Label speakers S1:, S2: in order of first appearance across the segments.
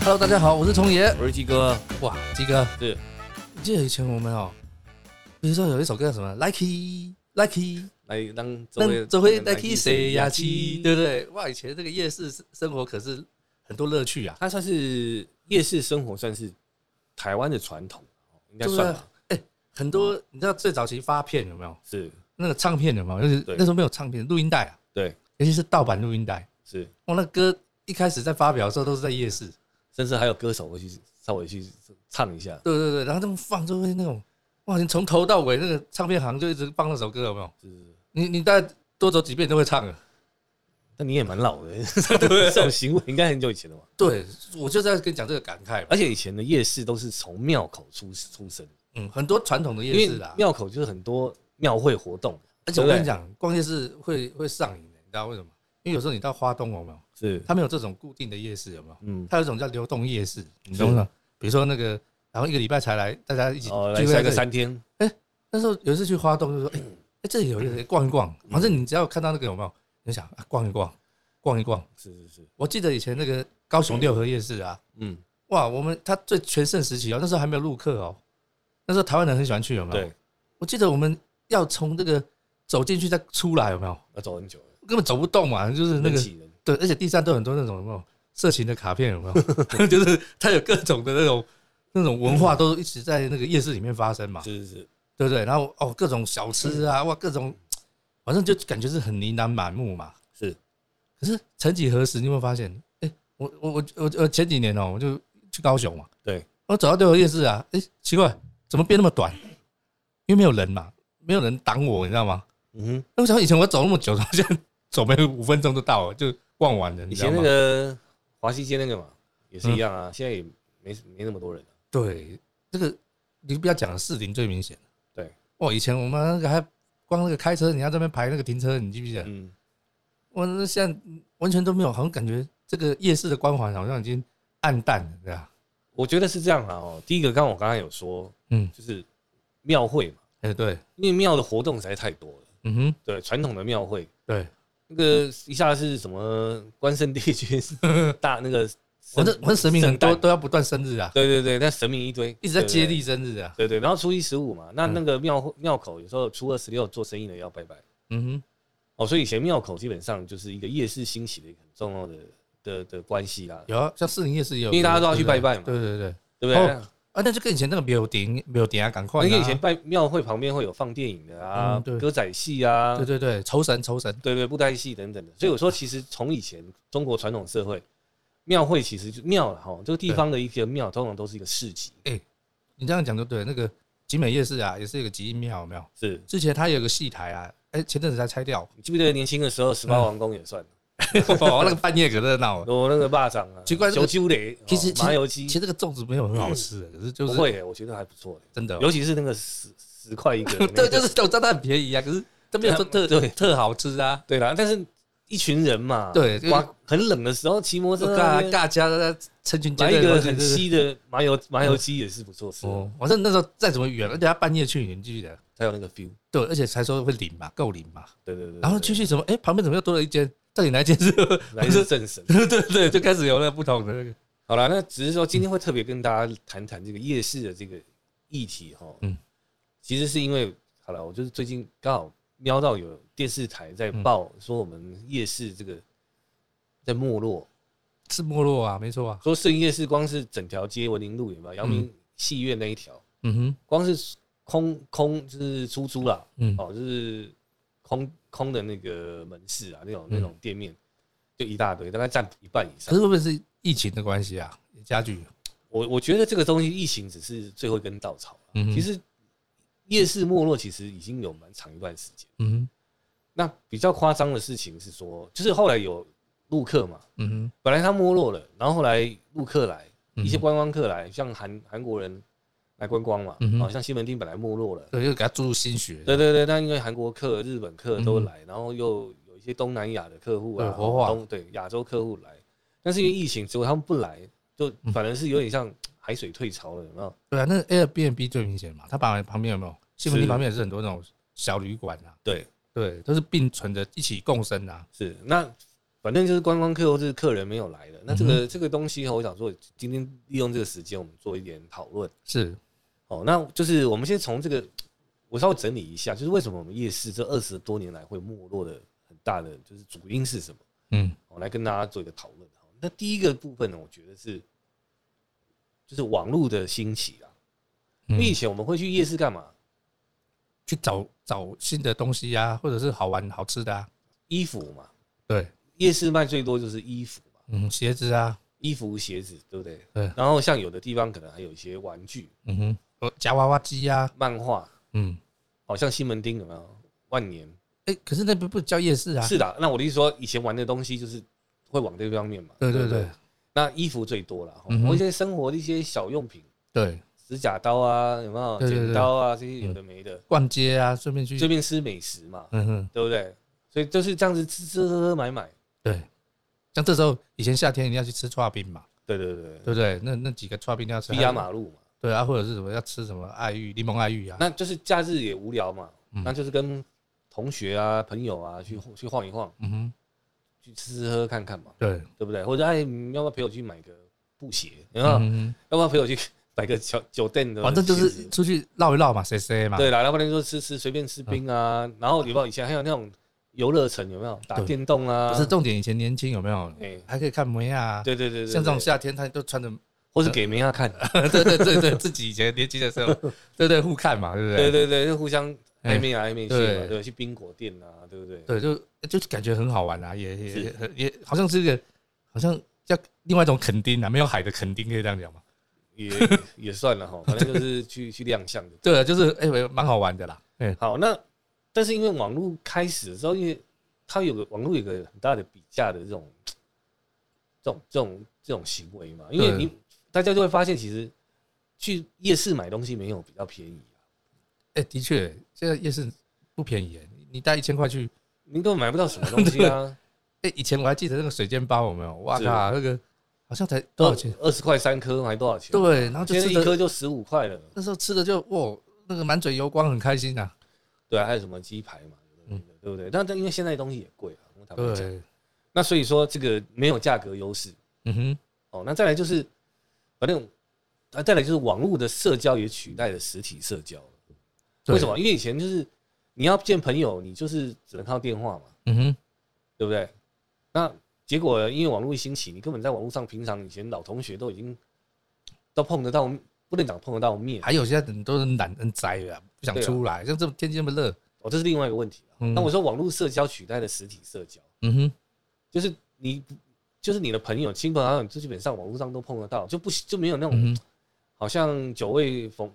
S1: Hello，大家好，我是虫爷。
S2: 我是鸡哥，
S1: 哇，鸡哥，
S2: 是，
S1: 记得以前我们哦，比如说有一首歌叫什么，Lucky Lucky，
S2: 来让周
S1: 那
S2: 围
S1: 这回
S2: 来
S1: Lucky 谁呀七，对不对？哇，以前这个夜市生活可是很多乐趣啊，
S2: 它算是夜市生活，算是台湾的传统，应该
S1: 对不
S2: 算
S1: 对
S2: 吧？
S1: 哎，很多
S2: 嗯
S1: 你知道最早期发片有没有？
S2: 是
S1: 那个唱片有没有？就是
S2: 对
S1: 那时候没有唱片，录音带啊，
S2: 对，
S1: 尤其是盗版录音带。
S2: 是，
S1: 哇，那歌一开始在发表的时候都是在夜市，
S2: 甚至还有歌手会去稍微去唱一下，
S1: 对对对，然后他们放就会那种，哇，你从头到尾那个唱片行就一直放那首歌有没有？
S2: 是，是
S1: 你你大概多走几遍都会唱了。
S2: 但你也蛮老 的，这种行为应该很久以前了吧？
S1: 对，我就在跟你讲这个感慨嘛。
S2: 而且以前的夜市都是从庙口出出生，
S1: 嗯，很多传统的
S2: 因
S1: 夜市啊
S2: 为
S1: 啦，
S2: 庙口就是很多庙会活动，
S1: 而且我跟你
S2: 对
S1: 讲，逛夜市会会上瘾的，你知道为什么？因为有时候你到花东有没有？
S2: 是，
S1: 它没有这种固定的夜市有没有？
S2: 嗯，
S1: 它有一种叫流动夜市，你懂不懂？比如说那个，然后一个礼拜才来，大家一起
S2: 哦，
S1: 聚会
S2: 来下
S1: 在
S2: 个
S1: 这里。
S2: 三天，
S1: 那时候有一次去花东，就说：“哎、哎这里有一个逛一逛。”反正你只要看到那个有没有，你就想啊，逛一逛，逛一逛。
S2: 是是是，
S1: 我记得以前那个高雄六合夜市啊，
S2: 嗯，
S1: 哇，我们它最全盛时期哦，那时候还没有陆客哦，那时候台湾人很喜欢去，有没有？
S2: 对，
S1: 我记得我们要从这个走进去再出来，有没有？
S2: 要走很久了，
S1: 根本走不动嘛，就是那
S2: 人
S1: 个
S2: 挤人，
S1: 对，而且地上都有很多那种有没有色情的卡片，有没有？ 就是它有各种的那种那种文化都一直在那个夜市里面发生嘛，
S2: 是是是，
S1: 对不对？然后哦，各种小吃啊，哇，各种，反正就感觉是很琳琅满目嘛。
S2: 是，
S1: 可是曾几何时，你有没有发现？哎、我我我我我前几年哦、我就去高雄嘛，
S2: 对，
S1: 我走到六合夜市啊，哎、奇怪，怎么变那么短？因为没有人嘛，没有人挡我，你知道吗？
S2: 嗯哼。
S1: 那我想以前我走那么久，现在走没五分钟就到了，就逛完了。你
S2: 以
S1: 知道
S2: 前
S1: 吗嗯
S2: 那个华西街那个嘛，也是一样啊，现在也没没那么多人了、
S1: 对这个，你不要讲了，士林最明显。
S2: 对，
S1: 哦，以前我们那个还光那个开车，你要这边排那个停车，你记不记得？
S2: 嗯，
S1: 我那现在完全都没有，好像感觉这个夜市的光环好像已经暗淡了，对吧？
S2: 我觉得是这样啊。哦，第一个，刚刚我刚刚有说，
S1: 嗯，
S2: 就是庙会嘛，
S1: 哎、对，
S2: 因为庙的活动实在太多了。
S1: 嗯哼，
S2: 对，传统的庙会，
S1: 对，
S2: 那个
S1: 嗯
S2: 一下是什么关圣帝 君大那个
S1: 我
S2: 圣，
S1: 这我这神明很多
S2: 圣诞
S1: 都要不断生日啊，
S2: 对对对，那神明一堆，
S1: 一直在接
S2: 对
S1: 力。嗯生日啊。
S2: 对对对，然后初一十五嘛，那那个庙会庙口有时候初二十六做生意的要拜拜
S1: 嗯哼，
S2: 哦，所以以前庙口基本上就是一个夜市兴起的一个很重要的的的关系啦。
S1: 有啊，像士林夜市也有，
S2: 因为大家都要
S1: 对
S2: 去
S1: 不对
S2: 拜拜嘛
S1: 对对对，
S2: 对不对？
S1: 哦啊，那就跟以前那个没有顶没有顶啊，赶快啊，
S2: 因为以前拜庙会旁边会有放电影的啊
S1: 嗯对，
S2: 歌仔戏啊，
S1: 对对对，酬神酬神，
S2: 对对，布袋戏等等的。所以我说，其实从以前中国传统社会，庙会其实就庙了哈，这个地方的一个庙通常都是一个市集，
S1: 你这样讲就对了。那个集美夜市啊，也是一个集义庙，有没有？
S2: 是
S1: 之前它有个戏台啊，哎、前阵子才拆掉，
S2: 你记不记得年轻的时候，十八王宫也算，
S1: 哦，那个半夜可热闹了。
S2: 我那个霸掌啊，
S1: 奇怪这个
S2: 九九雷，
S1: 其实
S2: 哦麻油鸡
S1: 其实这个粽子没有很好吃的，可是就
S2: 不
S1: 是
S2: 会耶，我觉得还不错耶，
S1: 真的哦、
S2: 尤其是那个十十块一个的那个，
S1: 对，就是我知道它很便宜啊，可是它没有说特
S2: 对
S1: 特好吃啊。
S2: 对啦，但是一群人嘛，
S1: 对就是哦
S2: 哇，很冷的时候骑摩
S1: 我
S2: 托车在那
S1: 尬
S2: 边
S1: 尬家在成群结
S2: 买
S1: 队
S2: 一
S1: 的
S2: 个
S1: 过去
S2: 很
S1: 就是
S2: 稀的麻油麻油鸡也是不错吃的，
S1: 哦，反正那时候再怎么远，而且他半夜去，你记不记得？
S2: 才有那个 feel。
S1: 对，而且才说会领嘛，够领嘛。
S2: 对对对，
S1: 然后
S2: 对
S1: 去去怎么？哎、旁边怎么又多了一间？到底哪一间是？。
S2: 来自正神
S1: 对对对，就开始有了不同的那个。
S2: 好了，那只是说今天会特别跟大家谈谈这个夜市的这个议题哈。
S1: 嗯
S2: 嗯，其实是因为好了，我就是最近刚好瞄到有电视台在报
S1: 嗯
S2: 说我们夜市这个在没落，
S1: 是没落啊，没错啊。
S2: 说圣夜市光是整条街文林路有没有？阳明戏院那一条，
S1: 嗯哼，
S2: 光是空空就是出租啦，
S1: 嗯
S2: 哦，就是空空的那个门市啊，那种那
S1: 嗯
S2: 种店面就一大堆，大概占一半以
S1: 可
S2: 上。
S1: 是会不会是疫情的关系啊？家具，
S2: 我我觉得这个东西疫情只是最后一根稻草啊、
S1: 嗯哼
S2: 其实夜市没落其实已经有蛮长一段时间。
S1: 嗯
S2: 那比较夸张的事情是说，就是后来有陆客嘛，
S1: 哼，嗯哼，
S2: 本来它没落了，然后后来陆客来，
S1: 嗯
S2: 一些观光客来，像韩韩国人来观光嘛，
S1: 嗯哼
S2: 好、像西门町本来没落了。
S1: 对，又给他注入新血，
S2: 对对对，那因为韩国客、日本客都来，然后又有一些东南亚的客户
S1: 嗯对
S2: 啊，
S1: 活化
S2: 东对亚洲客户来，但是因为疫情之后他们不来，就
S1: 嗯
S2: 反而是有点像海水退潮了，有没有？
S1: 对啊，那个 Airbnb 最明显嘛，它旁旁边有没有？西门町
S2: 是
S1: 旁边也是很多那种小旅馆啊，
S2: 对，
S1: 对，都是并存着一起共生啊。
S2: 是那反正就是观光客或是客人没有来的，那这个、这个东西哦，我想说，今天利用这个时间，我们做一点讨论
S1: 是
S2: 哦。那就是我们先从这个，我稍微整理一下，就是为什么我们夜市这二十多年来会没落的很大的，就是主因是什么？
S1: 嗯
S2: 我来跟大家做一个讨论。好那第一个部分呢，我觉得是就是网络的兴起啊，因为以
S1: 嗯，
S2: 前我们会去夜市干嘛？
S1: 去找找新的东西呀、或者是好玩好吃的啊，
S2: 衣服嘛，
S1: 对，
S2: 夜市卖最多就是衣服嘛，
S1: 嗯，鞋子啊，
S2: 衣服、鞋子，对不对？
S1: 对
S2: 然后像有的地方可能还有一些玩具、
S1: 嗯哼，呃夹娃娃机呀、
S2: 漫画，
S1: 嗯，
S2: 好、像西门町有没有？万年、
S1: 哎、可是那边不叫夜市啊，
S2: 是的。那我的意思说，以前玩的东西就是会往这方面嘛。
S1: 对对
S2: 不
S1: 对
S2: 那衣服最多了，
S1: 嗯哼
S2: 我一些生活的一些小用品，
S1: 对，
S2: 指甲刀啊，有没有？
S1: 对对对
S2: 剪刀啊，这些有的没的。
S1: 逛街啊，顺便去，
S2: 这边吃美食嘛，
S1: 嗯哼，
S2: 对不对？所以就是这样子吃吃喝喝买买，
S1: 对，像这时候以前夏天一定要去吃刨冰嘛，
S2: 对对对对，
S1: 对不对？那那几个刨冰一定要吃，
S2: 逼压马路嘛。
S1: 对啊，或者是什么要吃什么爱玉柠檬爱玉啊，
S2: 那就是假日也无聊嘛，
S1: 嗯
S2: 那就是跟同学啊、朋友啊去去晃一晃，
S1: 嗯哼，
S2: 去吃吃喝喝看看嘛，
S1: 对，
S2: 对不对？或者哎，你要不要陪我去买个布鞋？然后、
S1: 嗯
S2: 要不要陪我去买个小酒店的
S1: 哼，
S2: 鞋子？
S1: 反正就是出去绕一绕嘛，谁谁嘛，
S2: 对啦，要不然就吃吃随便吃冰啊。然后有没有以前还有那种游乐城有没有打
S1: 对
S2: 电动啊？
S1: 不是重点，以前年轻有没有
S2: 哎，
S1: 还可以看梅啊？
S2: 对对对对，
S1: 像这种
S2: 对
S1: 夏天，他都穿着，
S2: 或是给梅亚看，
S1: 对对对对，自己以前年轻的时 候，对对互看嘛，对不
S2: 对
S1: 对？
S2: 对对，就互相
S1: 哎
S2: 暧昧啊来暧昧去嘛，
S1: 对
S2: 对，去冰果店啊，对不对？
S1: 对，就就感觉很好玩啊，也也也
S2: 是
S1: 也好像是一个好像叫另外一种垦丁啊，没有海的垦丁可以这样讲嘛？
S2: 也也算了哈，反正就是去去亮相的。
S1: 对啊，就是哎，蛮好玩的啦，哎，
S2: 好，那但是因为网络开始的时候，因为它有个网络有个很大的比价的这种这种这种这种行为嘛，因为
S1: 对
S2: 你大家就会发现，其实去夜市买东西没有比较便宜啊，
S1: 哎，的确，现在夜市不便宜耶，你你带一千块去，
S2: 你根本买不到什么东西 啊，
S1: 哎，以前我还记得那个水煎包有没有？哇
S2: 是
S1: 靠，那个好像才多
S2: 都
S1: 少钱？
S2: 二十块三颗还多少钱？，
S1: 对，然后就
S2: 现在
S1: 吃
S2: 一
S1: 的
S2: 颗就十五块了，
S1: 那时候吃的就哇，那个满嘴油光，很开心啊。
S2: 对啊，还有什么鸡排嘛，对不对对不对？但但因为现在东西也贵啊，我坦白讲，
S1: 嗯对，
S2: 那所以说这个没有价格优势。
S1: 嗯哼，
S2: 哦，那再来就是，反正啊，再来就是网络的社交也取代了实体社交了。
S1: 对
S2: 为什么？？因为以前就是你要见朋友，你就是只能靠电话嘛，
S1: 嗯哼，
S2: 对不对？那结果因为网络一兴起，你根本在网络上，平常以前老同学都已经都碰得到，不能讲碰得到面，
S1: 还有现在很多人懒很宅啊，不想出来，像这种天气那么热，
S2: 哦，这是另外一个问题了。
S1: 嗯
S2: 那我说网络社交取代了实体社交，
S1: 嗯哼，
S2: 就是你就是你的朋友、亲朋好友，就基本上网络上都碰得到，就不就没有那种
S1: 嗯哼，
S2: 好像久未逢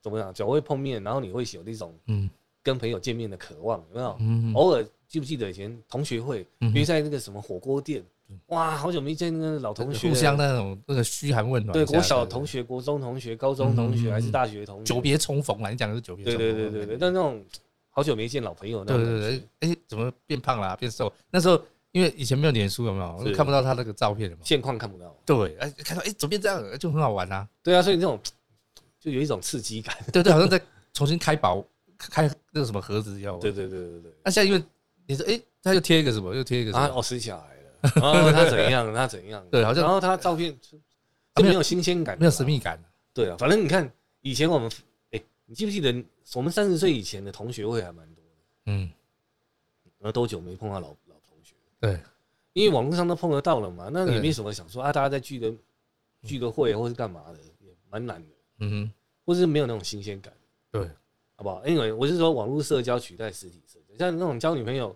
S2: 怎么讲，久未碰面，然后你会有那种
S1: 嗯
S2: 跟朋友见面的渴望，有没有？
S1: 嗯哼，
S2: 偶尔记不记得以前同学会
S1: 嗯哼嗯
S2: 约在那个什么火锅店？哇，好久没见那个老同学了，
S1: 互相那种那个嘘寒问暖一
S2: 对
S1: 下，
S2: 国小同
S1: 学
S2: 学、国中同学、高中同
S1: 嗯
S2: 学
S1: 嗯嗯
S2: 还是大学同学，
S1: 久别重逢啊啦，你讲的是久别重
S2: 对
S1: 逢，
S2: 对对对对，但那种好久没见老朋友那
S1: 对
S2: 种
S1: 对
S2: 感
S1: 对
S2: 觉，，
S1: 哎，怎么变胖啦，变瘦？那时候因为以前没有脸书，有没有
S2: 是
S1: 看不到他那个照片有没有？
S2: 现况看不到。
S1: 对，哎，看到哎怎么变这样，就很好玩啊，
S2: 对啊，所以那种就有一种刺激感。
S1: 对 对，好像在重新开宝开那个什么盒子一样，
S2: 对对对对对。
S1: 那现在因为你说哎，他又贴一个什么，又贴一个什
S2: 啊，
S1: 么，
S2: 我生小孩 了，哦，他怎样，他怎样，
S1: 对好像啊
S2: 然后他照片就就没有新鲜感，
S1: 没有神，秘感，
S2: 对啊，反正你看以前我们，哎，你记不记得我们三十岁以前的同学会还蛮多的，
S1: 嗯，
S2: 然后多久没碰到老老同学？
S1: 对，
S2: 因为网络上都碰得到了嘛，那
S1: 对
S2: 也没什么想说啊，大家在聚个聚个会啊或是干嘛的，也蛮难的，
S1: 嗯哼，
S2: 或是没有那种新鲜感，
S1: 对，
S2: 好不好？因为我是说网络社交取代实体社交，像那种交女朋友。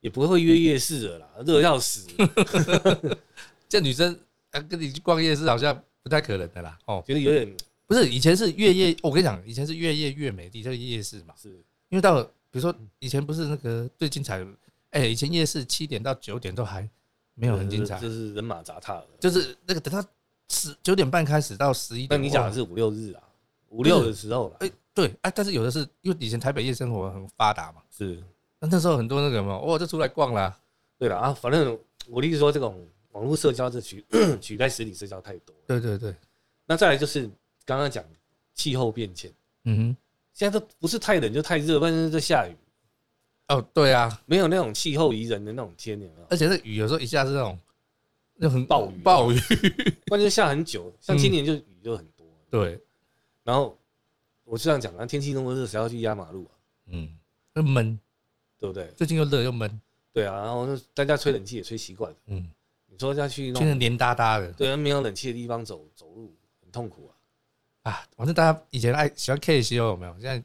S2: 也不会约夜市了啦，热要死。
S1: 这女生啊跟你去逛夜市好像不太可能的啦。哦，
S2: 觉得有点
S1: 不是，以前是越夜，我跟你讲，以前是越夜越美丽，这个夜市嘛。
S2: 是
S1: 因为到了，比如说以前不是那个最精彩的，哎、以前夜市七点到九点都还没有很精彩，
S2: 就是人马杂踏了。
S1: 就是那个等到十九点半开始到十一
S2: 那
S1: 点，
S2: 你讲的
S1: 哇
S2: 是五六日啊，五六的时候了，
S1: 哎、对哎、但是有的是因为以前台北夜生活很发达嘛，
S2: 是
S1: 那那时候很多那个嘛，哇，就出来逛啦、
S2: 对了啊。反正我的意思说，这种网络社交这取 取代实体社交太多了。
S1: 对对对，
S2: 那再来就是刚刚讲气候变迁，
S1: 嗯哼，
S2: 现在都不是太冷就太热，不然就是在下雨，
S1: 哦，对啊，
S2: 没有那种气候宜人的那种天，有没 有？
S1: 而且那雨有时候一下是那种那很
S2: 暴雨啊
S1: 暴雨，
S2: 关键下很久，像今年就雨就很多。
S1: 对，
S2: 然后我这样讲啊，天气那么热，谁要去压马路啊？
S1: 嗯，那闷，
S2: 对不对？
S1: 最近又热又闷，
S2: 对啊，然后就大家吹冷气也吹习惯了，
S1: 嗯，
S2: 你说要去那
S1: 现在
S2: 种
S1: 黏哒哒的
S2: 对啊没有冷气的地方走走路很痛苦啊。
S1: 啊。反正大家以前爱喜欢 K 西有没有？现在，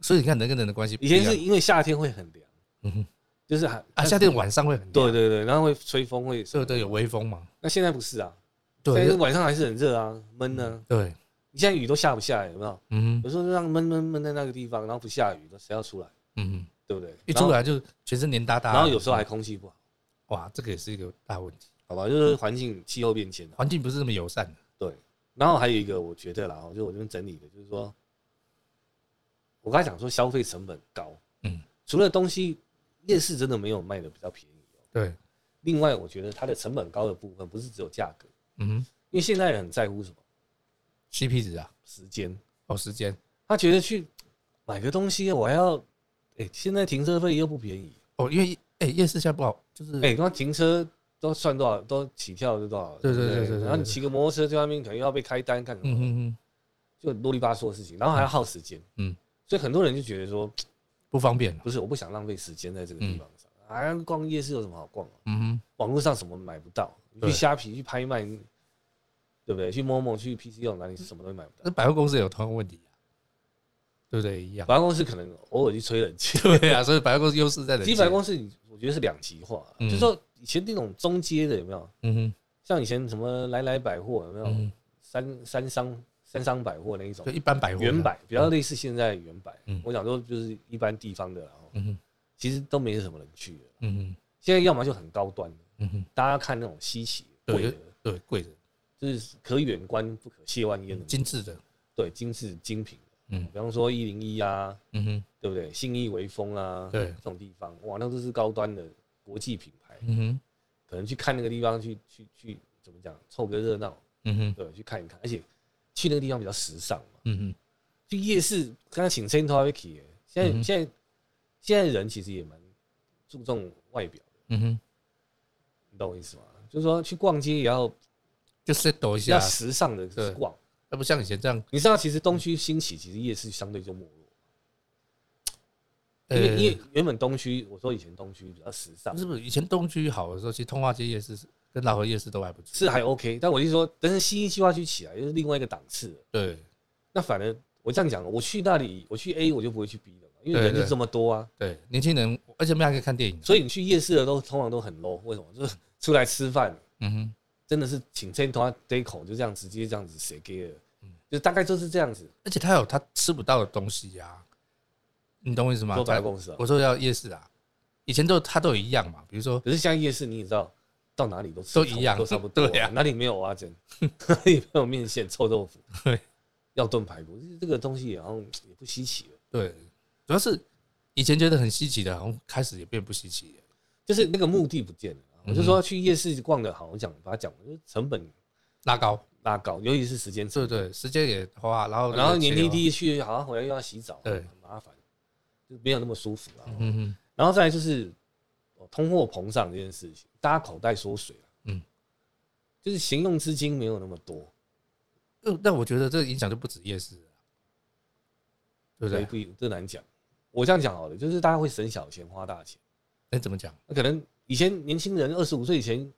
S1: 所以你看人跟人的关系不
S2: 以
S1: 一样，
S2: 前是因为夏天会很凉，
S1: 嗯哼
S2: 就是还
S1: 啊，夏天晚上会很
S2: 对对对，然后会吹风会
S1: 对对有微风嘛，
S2: 那现在不是啊，但
S1: 对嗯
S2: 是晚上还是很热啊，闷呢、
S1: 对，
S2: 你现在雨都下不下来，有没有？
S1: 嗯哼
S2: 有时候就让闷闷闷在那个地方，然后不下雨，那谁要出来？
S1: 嗯哼，
S2: 对不对？
S1: 一出来啊就全身黏哒哒
S2: 然
S1: 的，
S2: 后，然后有时候还空气不好，
S1: 哇，这个也是一个大问题，
S2: 好吧，就是环境气候变迁啊。
S1: 环境不是那么友善的，
S2: 对，然后还有一个我觉得啦，就我这边整理的，就是说，我刚才讲说消费成本高，
S1: 嗯，
S2: 除了东西夜市真的没有卖的比较便宜哦、
S1: 对，
S2: 另外我觉得它的成本高的部分不是只有价格，
S1: 嗯哼
S2: 因为现代人很在乎什么
S1: ，CP 值啊，
S2: 时间，
S1: 哦，时间，
S2: 他觉得去买个东西我还要，哎、现在停车费又不便宜，
S1: 哦，因为哎夜市现在不好，就是
S2: 哎、光停车都算多少，都起跳就多少，
S1: 对
S2: 不
S1: 对对对对
S2: 然后你骑个摩托车在外面可能又要被开单干什么？
S1: 嗯哼哼，
S2: 就啰里吧嗦的事情，然后还要耗时间，
S1: 嗯
S2: 嗯，所以很多人就觉得说，
S1: 不方便，
S2: 不是我不想浪费时间在这个地方上，啊，逛夜市有什么好逛、啊？
S1: 嗯哼，
S2: 网络上什么买不到，你
S1: 对
S2: 去虾皮、去拍卖，对不对？去某某、去 PC 用哪里什么都买不到。
S1: 那百货公司也有同样问题啊，对不对？一样，
S2: 百货公司可能偶尔去吹冷气，
S1: 对啊，所以百货公司优势在人
S2: 其
S1: 气，
S2: 实百货公司我觉得是两极化啊，
S1: 嗯
S2: 就是说以前那种中阶的有没有？
S1: 嗯哼，
S2: 像以前什么来来百货有没
S1: 嗯
S2: 有？三三商三商百货那一种
S1: 就，一般百货啊
S2: 原，百比较类似现在的原百
S1: 嗯。
S2: 我想说就是一般地方的，然后
S1: 嗯哼，
S2: 其实都没什么人去了。
S1: 嗯哼，
S2: 现在要么就很高端的，
S1: 嗯哼，
S2: 大家看那种稀奇
S1: 对
S2: 贵的，
S1: 对，贵的，
S2: 就是可远观不可亵玩焉的，
S1: 精致的，
S2: 对，精致精品的。
S1: 嗯
S2: 嗯，比方说一零一啊，
S1: 嗯哼，
S2: 对不对？信义威风啊，
S1: 对
S2: 这种地方，哇，那都是高端的国际品牌，
S1: 嗯哼，
S2: 可能去看那个地方去去去怎么讲，凑个热闹，
S1: 嗯哼，
S2: 对，去看一看，而且去那个地方比较时尚嘛。
S1: 嗯哼，
S2: 去夜市，刚刚请 Central Vicky，现在、
S1: 嗯哼
S2: 现在现在人其实也蛮注重外表的，
S1: 嗯哼，
S2: 你懂我意思吗？就是说去逛街也要
S1: 就 set 一
S2: 比较
S1: 下，
S2: 时尚的
S1: 对
S2: 逛。
S1: 那不像以前这样，
S2: 你知道，其实东区兴起，其实夜市相对就没落，
S1: 呃
S2: 因为因为原本东区，我说以前东区比较时尚
S1: 不，是不是，以前东区好的时候，其实通化街夜市是跟老河夜市都还不错。
S2: 是还 OK，但我就说，但是西一计划区起来又是另外一个档次了。
S1: 对
S2: 那反而我这样讲，我去那里，我去 A 我就不会去 B 了嘛，因为
S1: 对
S2: 人就
S1: 对
S2: 这么多啊。
S1: 对，年轻人，而且我们还可以看电影。
S2: 所以你去夜市的都通常都很 low，为什么？ 就是出来吃饭，
S1: 嗯哼，
S2: 真的是请千头 d a 口就这样直接这样子谁给了，
S1: 嗯
S2: 就大概就是这样子。
S1: 而且他有他吃不到的东西呀、你懂我意思吗？
S2: 说百货公司啊
S1: 我说要夜市啊，以前都他都有一样嘛，比如说
S2: 可是像夜市，你也知道，到哪里都吃
S1: 都
S2: 差
S1: 一
S2: 不
S1: 样
S2: 都差不多、
S1: 对啊
S2: 哪里没有 蛙针，哪里没有面线、臭豆腐，
S1: 对，
S2: 要炖排骨，这个东西好像也不稀奇了。
S1: 对，主要是以前觉得很稀奇的，然后开始也变不稀奇了。
S2: 就是那个目的不见了。
S1: 嗯
S2: 我就说去夜市逛的好，我讲把它讲完，就是成本
S1: 拉高，
S2: 拉高，尤其是时间成
S1: 对对，时间也花，然后
S2: 本。然后
S1: 那个
S2: 黏
S1: 钱也花，
S2: 滴滴去，好像回来又要洗澡，
S1: 嗯对
S2: 很麻烦，就没有那么舒服了。
S1: 嗯哼，
S2: 然后再来就是哦通货膨胀这件事情，大家口袋缩水了，
S1: 嗯
S2: 嗯，就是行用资金没有那么多，
S1: 呃但我觉得这个影响就不止夜市了，对不
S2: 所以
S1: 对？
S2: 不一这难讲。我这样讲好了，就是大家会省小钱花大钱，啊
S1: 那哎怎么讲？
S2: 那可能以前年轻人二十五岁以前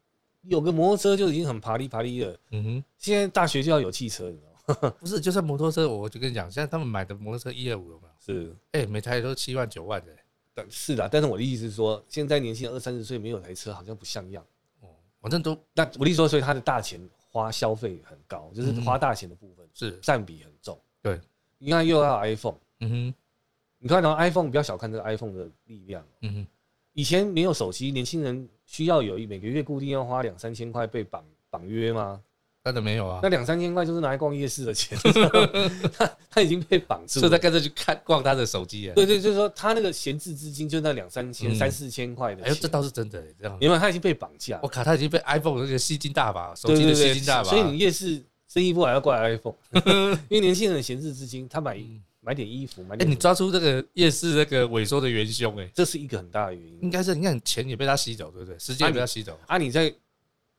S2: 有个摩托车就已经很爬哩爬哩了，
S1: 嗯哼。
S2: 现在大学就要有汽车，你知道吗？
S1: 不是，就算摩托车，我就跟你讲，现在他们买的摩托车一二五有没有？
S2: 是。
S1: 哎、每台都七万九万的、
S2: 但是的，但是我的意思是说，现在年轻人二三十岁没有台车，好像不像样。
S1: 哦，反正都
S2: 那我的意思说，所以他的大钱花消费很高，就是花大钱的部分
S1: 是，
S2: 占比很重。
S1: 嗯对，
S2: 你看又要 iPhone，
S1: 嗯哼，
S2: 你看到 iPhone 不要小看这个 iPhone 的力量。
S1: 嗯哼，
S2: 以前没有手机，年轻人需要有一每个月固定要花两三千块被绑绑约吗？
S1: 当然没有啊
S2: 那，两三千块就是拿来逛夜市 的钱， 他他已经被绑住
S1: 所以他。
S2: 了
S1: 干脆去看逛他的手机啊。
S2: 对对，就是说他那个闲置资金就那两三千、
S1: 嗯
S2: 三四千块的
S1: 哎呦，这哦
S2: 钱，
S1: 倒是真的、这样。
S2: 明白？他已经被绑架了
S1: 我。靠，他已经被 iPhone 那个吸金大法，手
S2: 对
S1: 机
S2: 对
S1: 的
S2: 对，
S1: 吸金大法。
S2: 所以你夜市生意不好要怪 iPhone，因为年轻人闲置资金，他买买点衣服，买
S1: 哎、
S2: 点
S1: 你抓出这个夜市那个萎缩的元凶、哎，
S2: 这是一个很大的原因
S1: 应。该是你看钱也被他吸走，对不对？时间也被他吸走，
S2: 啊，你在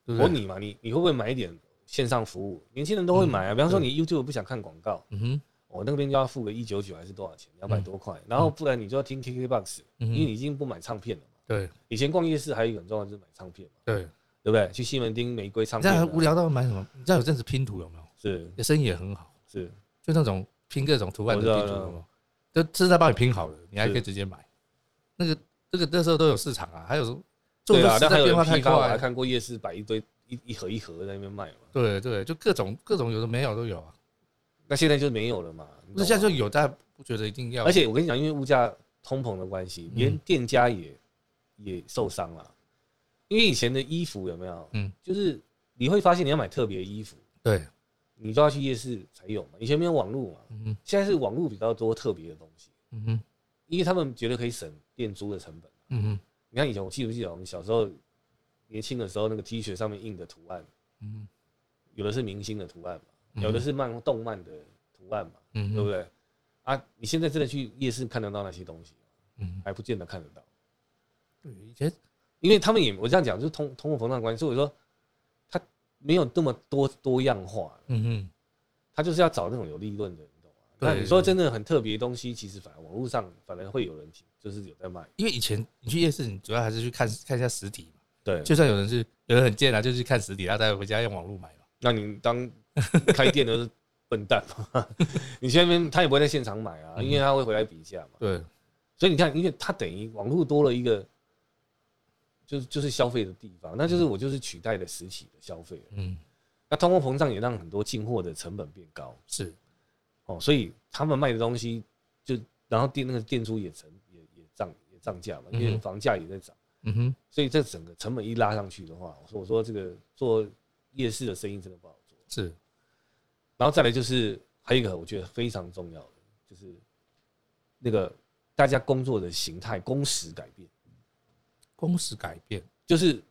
S1: 对不
S2: 我
S1: 对
S2: 问你嘛，你你会不会买一点线上服务？年轻人都会买啊，比方说你 YouTube 不想看广告，
S1: 嗯哼，
S2: 我那边就要付个一九九还是多少钱，两百多块，然后不然你就要听 KKBox，
S1: 嗯
S2: 因
S1: 哼
S2: 为你已经不买唱片了嘛。
S1: 对
S2: 以前逛夜市还有一个很重要就是买唱片嘛，
S1: 对。
S2: 对不对？去西门町玫瑰唱
S1: 你知
S2: 片
S1: 道
S2: 啊，
S1: 无聊到买什么？你知道有阵子拼图有没有？
S2: 是
S1: 生意也很好，
S2: 是，
S1: 就那种拼各种图案的
S2: 我
S1: 地
S2: 知
S1: 图
S2: 道
S1: 有没有，都是在帮你拼好的，你还
S2: 是
S1: 可以直接买。那个那个那时候都有市场啊，还有什么？
S2: 对
S1: 做
S2: 啊
S1: 的，时
S2: 但还
S1: 代
S2: 有
S1: 变化
S2: 人
S1: 太
S2: 批发，我还
S1: 快，
S2: 看过夜市摆一堆一一盒一盒在那边卖嘛。
S1: 对对，就各种各种有的没有都有啊。
S2: 那现在就没有了嘛，你
S1: 那
S2: 懂
S1: 现在
S2: 吗
S1: 就有，大家不觉得一定要，
S2: 而且我跟你讲，因为物价通膨的关系，
S1: 嗯
S2: 连店家也、也受伤了。因为以前的衣服有没有？
S1: 嗯
S2: 嗯，就是你会发现你要买特别衣服，
S1: 对，
S2: 你都要去夜市才有嘛。以前没有网络嘛，
S1: 嗯哼
S2: 现在是网络比较多特别的东西，
S1: 嗯哼
S2: 因为他们觉得可以省店租的成本。
S1: 嗯哼
S2: 你看以前我记不记得我们小时候年轻的时候，那个 T 恤上面印的图案，
S1: 嗯
S2: 有的是明星的图案嘛，
S1: 嗯
S2: 有的是漫动漫的图案嘛，
S1: 嗯
S2: 对不
S1: 哼
S2: 对？啊，你现在真的去夜市看得到那些东西，
S1: 嗯
S2: 还不见得看得到。
S1: 哼，以前
S2: 因为他们也我这样讲，就是通通货膨胀的关系，所以我说他没有那么多多样化，
S1: 嗯哼
S2: 他就是要找那种有利润的，你懂吗？
S1: 对
S2: 那你说真的很特别的东西，其实反而网络上反而会有人就是有在卖，
S1: 因为以前你去夜市，你主要还是去看 看一下实体嘛。
S2: 对，
S1: 就算有人是有人很贱啊，就去看实体，他再回家用网络买嘛。
S2: 那你当开店的是笨蛋嘛？ 你去那边他也不会在现场买
S1: 嗯
S2: 啊，因为他会回来比价嘛。
S1: 对，
S2: 所以你看，因为他等于网络多了一个，就是就是消费的地方，那就是我就是取代了实体的消费了。
S1: 嗯，
S2: 那通货膨胀也让很多进货的成本变高。
S1: 是，
S2: 哦，所以他们卖的东西就，然后店那个店租也成也也涨也涨价嘛，因为
S1: 嗯
S2: 房价也在涨，
S1: 嗯哼，
S2: 所以这整个成本一拉上去的话，我说我说这个做夜市的生意真的不好做。
S1: 是，
S2: 然后再来就是还有一个我觉得非常重要的，就是那个大家工作的形态、工时改变，
S1: 工时改变，
S2: 就是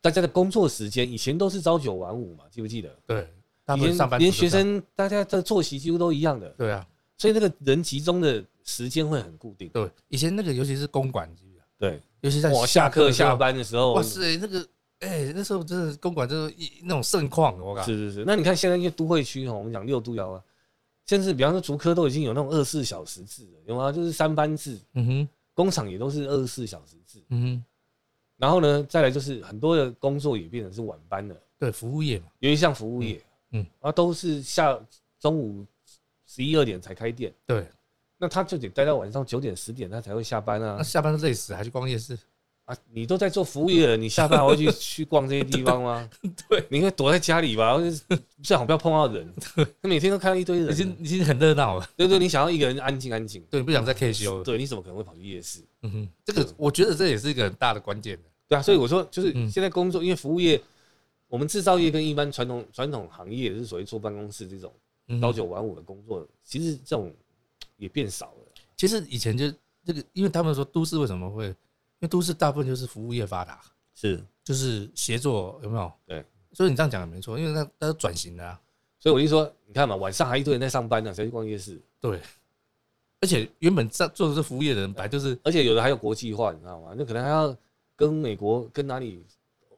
S2: 大家的工作时间以前都是朝九晚五嘛，记不记得？
S1: 对，大
S2: 以
S1: 部分
S2: 前
S1: 上班
S2: 连
S1: 族都
S2: 学
S1: 这样，
S2: 生大家的作息几乎都一样的，
S1: 对啊，
S2: 所以那个人集中的时间会很固定。
S1: 对，以前那个尤其是公馆，你记不记得
S2: 对，
S1: 尤其在
S2: 我下课
S1: 的时候
S2: 下，班的时候，
S1: 哇塞，那个哎，那时候真的公馆真的一那种盛况，我靠，
S2: 是是是。那你看现在因为都会区哦，我们讲六都窑啊，甚至比方说竹科都已经有那种二十四小时制了，有吗？就是三班制，
S1: 嗯哼，
S2: 工厂也都是二十四小时制。
S1: 嗯哼，
S2: 然后呢，再来就是很多的工作也变成是晚班了，
S1: 对，服务业嘛，
S2: 尤其像服务业，
S1: 嗯
S2: 嗯，啊、都是下中午十一二点才开店，
S1: 对，
S2: 那他就得待到晚上九点十点他才会下班啊
S1: 那。下班都累死，还去逛夜市，
S2: 啊，你都在做服务业了，你下班还会去去逛这些地方吗？
S1: 对，
S2: 你应该躲在家里吧，或者是最好不要碰到人。那每天都看到一堆
S1: 已
S2: 人，
S1: 经已经很热闹了，
S2: 对对，你想要一个人安静安静，
S1: 对，不想再 K 修了，
S2: 对，你怎么可能会跑去夜市？
S1: 嗯哼，这个我觉得这也是一个很大的关键的，
S2: 对啊，所以我说就是
S1: 嗯
S2: 现在工作，因为服务业，我们制造业跟一般传统传统行业就是所谓坐办公室这种
S1: 嗯哼
S2: 朝九晚五的工作，其实这种也变少了。
S1: 其实以前就这个，因为他们说都市为什么会，因为都市大部分就是服务业发达，
S2: 是，
S1: 就是协作有没有？
S2: 对，
S1: 所以你这样讲也没错，因为那那是转型的啊。
S2: 所以我就说，你看嘛，晚上还一堆人在上班呢，谁去逛夜市？
S1: 对，而且原本在做的是服务业的人，本来就是
S2: 而且有的还有国际化，你知道吗？那可能还要跟美国、跟哪里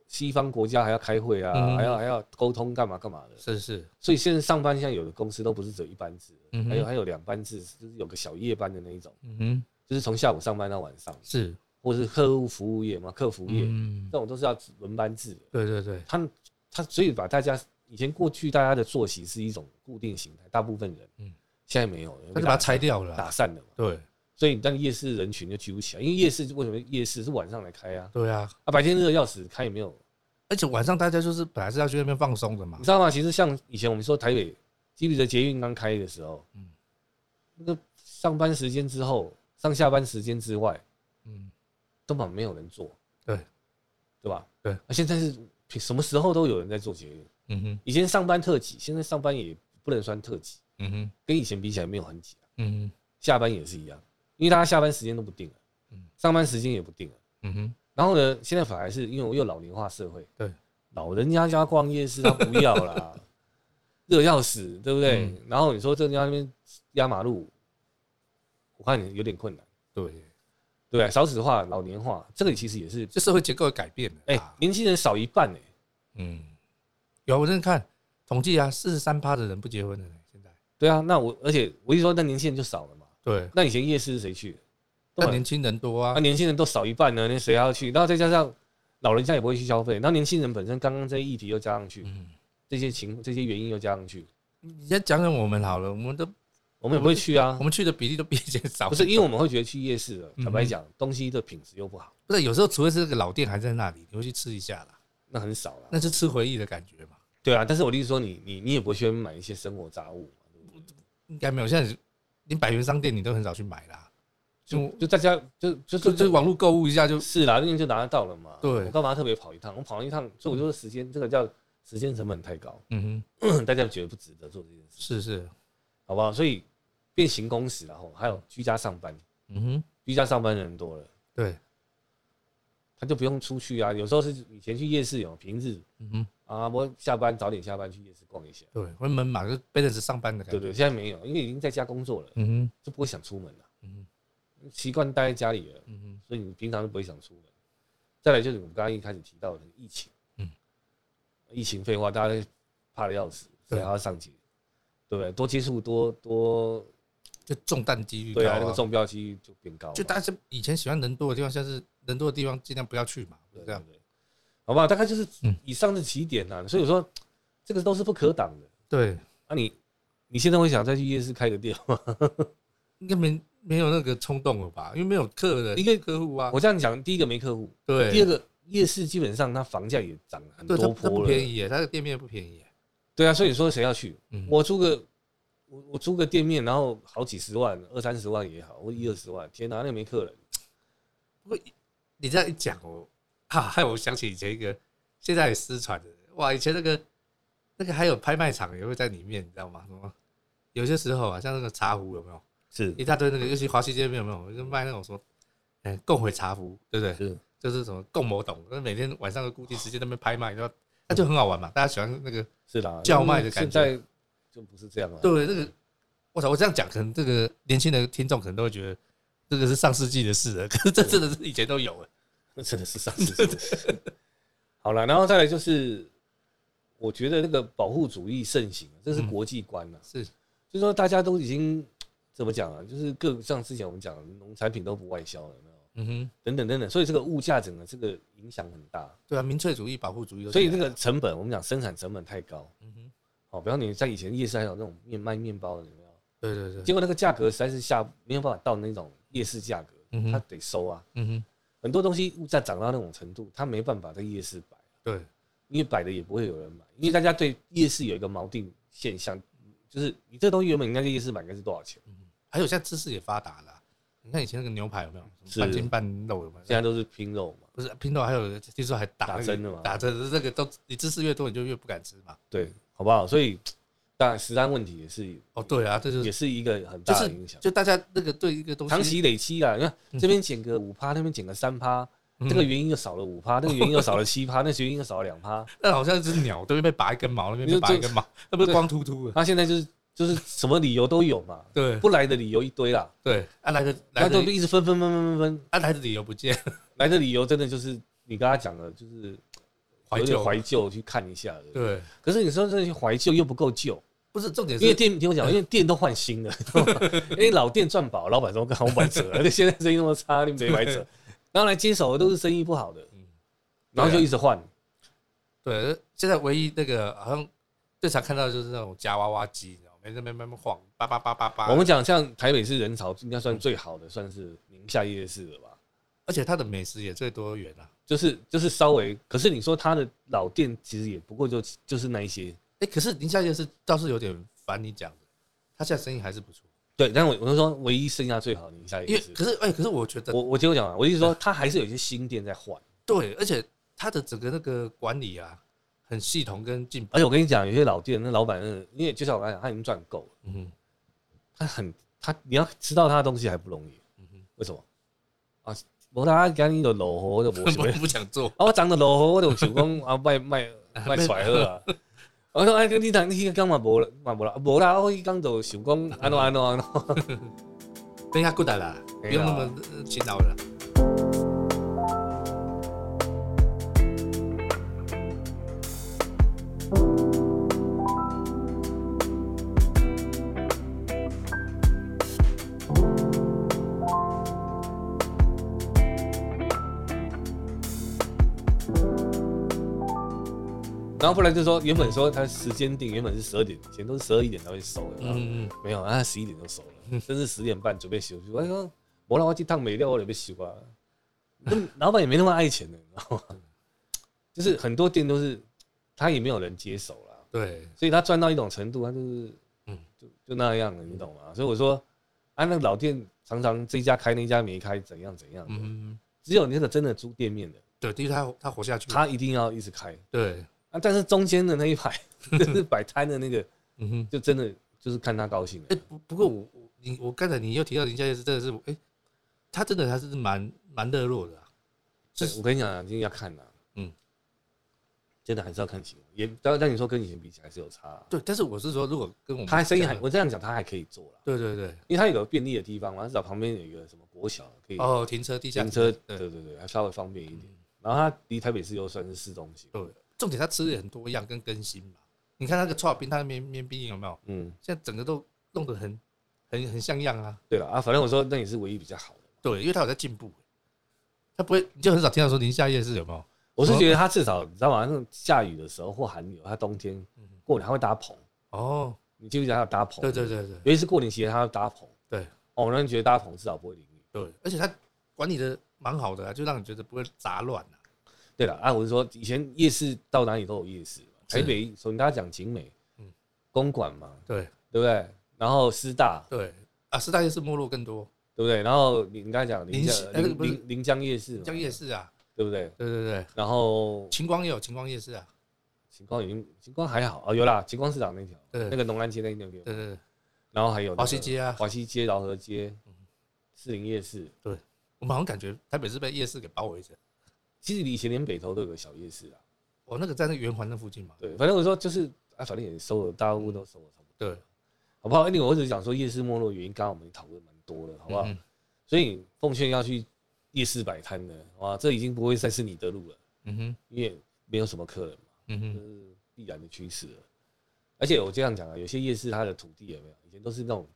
S2: 西方国家还要开会啊，
S1: 嗯
S2: 还要还要沟通干嘛干嘛的。
S1: 是是，
S2: 所以现在上班，现在有的公司都不是只有一班制，
S1: 嗯哼
S2: 还有还有两班制，就是有个小夜班的那一种，
S1: 嗯哼，
S2: 就是从下午上班到晚上，
S1: 是，
S2: 或者是客户服务业嘛，客服业、
S1: 嗯
S2: 这，种都是要轮班制的。
S1: 对对对，
S2: 他们他所以把大家以前过去大家的作息是一种固定形态，大部分人，
S1: 嗯
S2: 现在没有了，
S1: 他就把它拆掉了啊。
S2: 打散了嘛。
S1: 对
S2: 所以但夜市人群就聚不起来，因为夜市为什么夜市是晚上来开啊？
S1: 对啊，
S2: 啊，白天热得要死，开也没有，
S1: 而且晚上大家就是本来是要去那边放松的嘛
S2: 你，知道吗？其实像以前我们说台北，记不记得捷运刚开的时候，
S1: 嗯
S2: 那个上班时间之后，上下班时间之外，
S1: 嗯，
S2: 根本没有人做，
S1: 对
S2: 对吧？
S1: 对
S2: 啊，现在是什么时候都有人在做捷运，
S1: 嗯哼，
S2: 以前上班特挤，现在上班也不能算特挤，
S1: 嗯哼，
S2: 跟以前比起来没有很挤、啊，
S1: 嗯哼，
S2: 下班也是一样，因为大家下班时间都不定了
S1: 嗯，
S2: 上班时间也不定啊了。
S1: 嗯哼，
S2: 然后呢，现在反而是因为我又老龄化社会，
S1: 对，
S2: 老人家家逛夜市他不要啦，热要死，对不对？然后你说这人家那边压马路，我看有点困难，
S1: 对，
S2: 对不对？少子化、老年化，这个其实也是，
S1: 这社会结构也改变了。啊
S2: 哎、年轻人少一半哎、
S1: 嗯，有我认看统计啊，四十三趴的人不结婚了呢，现在
S2: 对啊，那我而且我一说，那年轻人就少了嘛，
S1: 对，
S2: 那以前夜市是谁去？
S1: 但年轻人多
S2: 那、啊、
S1: 啊，
S2: 年轻人都少一半呢，那谁还要去？然后再加上老人家也不会去消费，然后年轻人本身刚刚这议题又加上去，
S1: 嗯
S2: 这些情这些原因又加上去，
S1: 你先讲讲我们好了，我们都
S2: 我们也不会去啊
S1: 我。们去的比例都比以前少，
S2: 不是，因为我们会觉得去夜市了，
S1: 嗯
S2: 坦白讲，东西的品质又不好，
S1: 不是有时候除非是这个老店还在那里，你会去吃一下啦，
S2: 那很少了。
S1: 那是吃回忆的感觉嘛，
S2: 对啊，但是我的意思说你，你你也不会去买一些生活杂物，
S1: 应该没有，现在连百元商店你都很少去买啦，
S2: 就
S1: 就
S2: 就大家就就
S1: 就
S2: 就
S1: 就
S2: 就
S1: 网络购物一下就是
S2: 啦，因为就拿得到了嘛。
S1: 对
S2: 我干嘛特别跑一趟？我跑一趟，所以我就说时间这个叫时间成本太高，
S1: 嗯哼，
S2: 大家觉得不值得做这件
S1: 是
S2: 事，
S1: 是，
S2: 好不好？所以变形工时，然后还有居家上班，
S1: 嗯哼，
S2: 居家上班的人多了。
S1: 对，
S2: 他就不用出去啊。有时候是以前去夜市有平日
S1: 嗯哼，
S2: 啊，我下班早点下班去夜市逛一下，
S1: 对，会闷嘛，就 balance 上班的感
S2: 对
S1: 觉，
S2: 不对？现在没有，因为已经在家工作了，
S1: 嗯哼，
S2: 就不会想出门了，
S1: 嗯
S2: 习惯待在家里了，
S1: 哼，嗯哼，
S2: 所以你平常就不会想出门。再来就是我们刚刚一开始提到的疫情，
S1: 嗯
S2: 疫情废话，大家怕的要死，所
S1: 对
S2: 以还要上街，对不对？多接触多多，
S1: 就中弹几率
S2: 对啊，
S1: 高
S2: 那个中标几率就变高嘛，
S1: 就大家以前喜欢人多的地方，像是人多的地方尽量不要去嘛，就
S2: 对
S1: 这
S2: 对
S1: 样。
S2: 对，好不好？大概就是
S1: 嗯
S2: 以上的几点啊，所以我说这个都是不可挡的。
S1: 对，
S2: 那、你你现在会想再去夜市开个店吗？
S1: 应该没没有那个冲动了吧？因为没有客人，因
S2: 应该
S1: 为客户啊，
S2: 我这样讲，第一个没客户，
S1: 对，
S2: 第二个夜市基本上它房价也涨很
S1: 对它
S2: 多
S1: 它
S2: 波
S1: 不
S2: 了，
S1: 便宜耶，它的店面不便宜耶。
S2: 对啊，所以说谁要去？
S1: 嗯
S2: 我租个我我租个店面，然后好几十万，二三十万也好，或一二十万，天哪、那没客人，
S1: 你这样一讲，我哈、害我想起以前一个现在也失传的，哇，以前那个那个还有拍卖场也会在里面，你知道吗？什么有些时候啊，像那个茶壶有没有
S2: 是
S1: 一大堆那个，尤其华西街边有没有就卖那种什么，哎、共回茶壶，对不对？
S2: 是，
S1: 就是什么共某董，那每天晚上的固定时间在那边拍卖，然后那就很好玩嘛，大家喜欢那个，
S2: 是啦，
S1: 叫卖的感觉
S2: 现在就不是这样了、
S1: 对不对？那个，我操，我这样讲，可能这个年轻的听众可能都会觉得这个是上世纪的事了，可 是这真的是以前都有了，
S2: 那真的是上世纪的事。 好了，然后再来就是，我觉得那个保护主义盛行，这是国际观了、
S1: 嗯是，
S2: 就是说大家都已经怎么讲啊？就是各像之前我们讲的农产品都不外销了，有没有
S1: 嗯哼，
S2: 等等等等，所以这个物价整个这个影响很大，
S1: 对啊，民粹主义、保护主义都
S2: 所
S1: 起来
S2: 以
S1: 了，
S2: 那个成本我们讲生产成本太高。
S1: 啊嗯哼，
S2: 哦，比方你在以前夜市还有那种面卖面包的，有没有？
S1: 对对
S2: 结
S1: 对，
S2: 果那个价格实在是下没有办法到那种夜市价格
S1: 嗯，哼
S2: 它得收啊。
S1: 嗯哼，
S2: 很多东西物价涨到那种程度，它没办法在夜市摆，
S1: 对，
S2: 因为摆的也不会有人买，因为大家对夜市有一个锚定现象，就是你这东西原本应该在夜市买，应该是多少钱？
S1: 还有现在知识也发达了啊、你看以前那个牛排有没有
S2: 是
S1: 半斤半肉有没有？
S2: 现在都是拼肉嘛，
S1: 不是拼到还有听说还打那
S2: 打
S1: 个
S2: 针的嘛
S1: 打针这个都你知识越多，你就越不敢吃嘛。
S2: 对，好不好？所以当然食安问题也是
S1: 哦，对啊，这就是
S2: 也是一个很
S1: 就
S2: 大的影
S1: 是
S2: 响。
S1: 就大家那个对一个东西
S2: 长期累积啊，你看这边减个五趴，那边减个三趴，
S1: 嗯
S2: 这个原因又少了五 趴，那个原因又少了七趴，那个原因又少了两趴。
S1: 那好像一只鸟都会被拔一根毛，那边
S2: 你
S1: 被
S2: 就
S1: 拔一根毛，那不是
S2: 对
S1: 光秃秃的？
S2: 那啊现在就是就是什么理由都 有嘛，
S1: 对
S2: 不来的理由一堆啦，
S1: 对，啊来的来
S2: 那
S1: 的
S2: 都一直分分分分分分，
S1: 啊来的理由不见，
S2: 来的理由真的就是你刚刚讲的，就是
S1: 怀
S2: 有点
S1: 旧
S2: 怀旧去看一下而已。
S1: 对，
S2: 可是你说这些怀旧又不够旧，
S1: 不是重点
S2: 因为
S1: 是嗯
S2: 店听我讲，因为店都 换新的，因为老店赚饱，老板说刚好白折，而且现在生意那么差，你没 白折，然后来接手的都是生意不好的，
S1: 嗯
S2: 然后
S1: 啊
S2: 就一直换。
S1: 对，现在唯一那个好像最常看到的就是那种夹娃娃机，你知道吗？在那边慢慢晃，叭叭叭叭叭。
S2: 我们讲像台北市人潮应该算最好的，算是宁夏夜市了吧？
S1: 而且它的美食也最多元啊。
S2: 就是就是稍微，可是你说它的老店其实也不过就就是那一些，
S1: 哎，可是宁夏夜市倒是有点烦你讲的，他现在生意还是不错，
S2: 对。但我我就说唯一剩下最好的宁夏
S1: 因
S2: 夜
S1: 为
S2: 市，
S1: 可是哎，可是我觉得
S2: 我我听我讲完，我意思说它还是有一些新店在换，
S1: 对，而且它的整个那个管理啊，很系统跟进步。
S2: 而且我跟你讲，有些老店那老板真的，因为就像我刚才讲，他已经赚够了。
S1: 嗯
S2: 他很他你要吃到他的东西还不容易，
S1: 嗯
S2: 为什么啊？我他讲你的老火的我
S1: 哼，
S2: 什么
S1: 我 不想做。
S2: 啊，我长得老火我就想讲啊卖卖卖甩喝啊。我说哎，你啊当你刚嘛无啦嘛无啦，无啦，我刚就想讲安怎安怎安怎。
S1: 等一下过来啦，不
S2: 对啊
S1: 用那么呃勤劳了啦。
S2: 然后不然就说原本说它时间定原本是十二点，以前都是十二一点才会收的，然后
S1: 嗯嗯
S2: 没有，啊，十一点就收了，甚至十点半准备休息。我说，我让我去烫美料，我得被洗瓜。那老板也没那么爱钱的，你知道吗？就是很多店都是他也没有人接手啦，
S1: 对，
S2: 所以他赚到一种程度，他就是
S1: 嗯
S2: 就就那样了，你懂吗？所以我说，啊，那老店常常这一家开那一家没开，怎样怎样。
S1: 嗯，
S2: 只有那个真的租店面的，
S1: 对，第一他他活下去，
S2: 他一定要一直开
S1: 对，
S2: 啊。但是中间的那一 排，就是摆摊的那个，
S1: 嗯哼。
S2: 就真的就是看他高兴了
S1: 哎、。不不过我我你我刚才你又提到林家夜市，真的是哎、他真的还是蛮蛮热络的啊、
S2: 对
S1: 是
S2: 我跟你讲啊，就是要看呐、
S1: 嗯
S2: 嗯，真的还是要看情况，也当然但你说跟以前比起来是有差啊、
S1: 对，但是我是说，如果跟我们
S2: 他生意还
S1: 讲的
S2: 我这样讲，他还可以做啦，
S1: 对对对
S2: 因为他有个便利的地方嘛，他至少旁边有一个什么国小可以
S1: 哦，停车地下
S2: 停车，对
S1: 对嗯
S2: 对对，还稍微方便一点。然后他离台北市又算是市中心，
S1: 对，重点他吃的很多样跟更新嘛。你看那个串冰，他的面面冰有没有？
S2: 嗯，
S1: 现在整个都弄得很很很像样啊。
S2: 对了啊，反正我说那也是唯一比较好的。
S1: 对，因为他有在进步，他不会，你就很少听到说宁夏夜市有没有？
S2: 我是觉得他至少你知道吗？那种下雨的时候或寒流，他冬天过年他会搭棚，
S1: 哦，
S2: 你记不记得他有搭棚？
S1: 对对对对
S2: 尤其是过年期间他要搭棚。
S1: 对
S2: 哦，让你觉得搭棚至少不会淋雨。
S1: 对，而且他管理的蛮好的、啊，就让你觉得不会杂乱啊。
S2: 对了啊，我是说以前夜市到哪里都有夜市嘛，
S1: 是
S2: 台北首先大家讲景美，
S1: 嗯
S2: 公馆嘛，
S1: 对
S2: 对不对？然后师大，
S1: 对啊，四大夜市没落更多，
S2: 对不对？然后你你刚才讲临
S1: 林
S2: 江
S1: 西哎那个
S2: 临
S1: 不是
S2: 临临江夜市嘛，
S1: 江夜市啊，
S2: 对不对？
S1: 对对对，
S2: 然后
S1: 晴光也有晴光夜市啊，
S2: 晴光已经晴光还好哦，有啦，晴光市场那条，
S1: 对
S2: 那个农安街那那边，
S1: 对对对，
S2: 然后还有那个
S1: 华西街啊嗯
S2: 华西街、饶河街、士林夜市，
S1: 我们好像感觉台北是被夜市给包围着。
S2: 其实以前连北投都有个小夜市啊。
S1: 我哦那个在那个圆环那附近嘛，
S2: 对，反正我说就是啊，反正也收了，大家物都收了，差不多，
S1: 对，
S2: 好不好？那个我只是讲说夜市没落原因，刚刚我们也讨论蛮多的，好不好？
S1: 嗯
S2: 所以奉劝要去夜市摆摊的，哇，这已经不会再是你的路了，
S1: 嗯哼，
S2: 因为没有什么客人嘛，
S1: 嗯
S2: 这
S1: 哼，
S2: 是必然的趋势了。而且我这样讲啊，有些夜市它的土地有没有，以前都是那种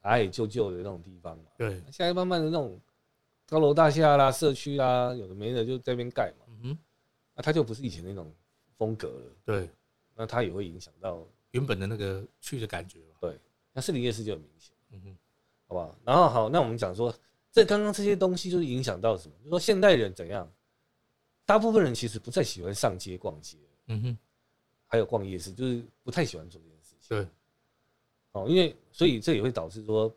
S2: 矮矮旧旧的那种地方嘛，
S1: 对，
S2: 现在慢慢的那种高楼大厦啦、社区啦，有的没的就在那边盖嘛，
S1: 嗯哼，
S2: 那它就不是以前那种风格了，
S1: 对，
S2: 那它也会影响到，
S1: 原本的那个去的感觉嘛，
S2: 那士林夜市就很明显。
S1: 嗯哼，
S2: 好不好？然后好，那我们讲说，这刚刚这些东西就是影响到什么？就是说现代人怎样？大部分人其实不太喜欢上街逛街，
S1: 嗯哼，
S2: 还有逛夜市，就是不太喜欢做这件事情。
S1: 对，
S2: 哦，因为所以这也会导致说，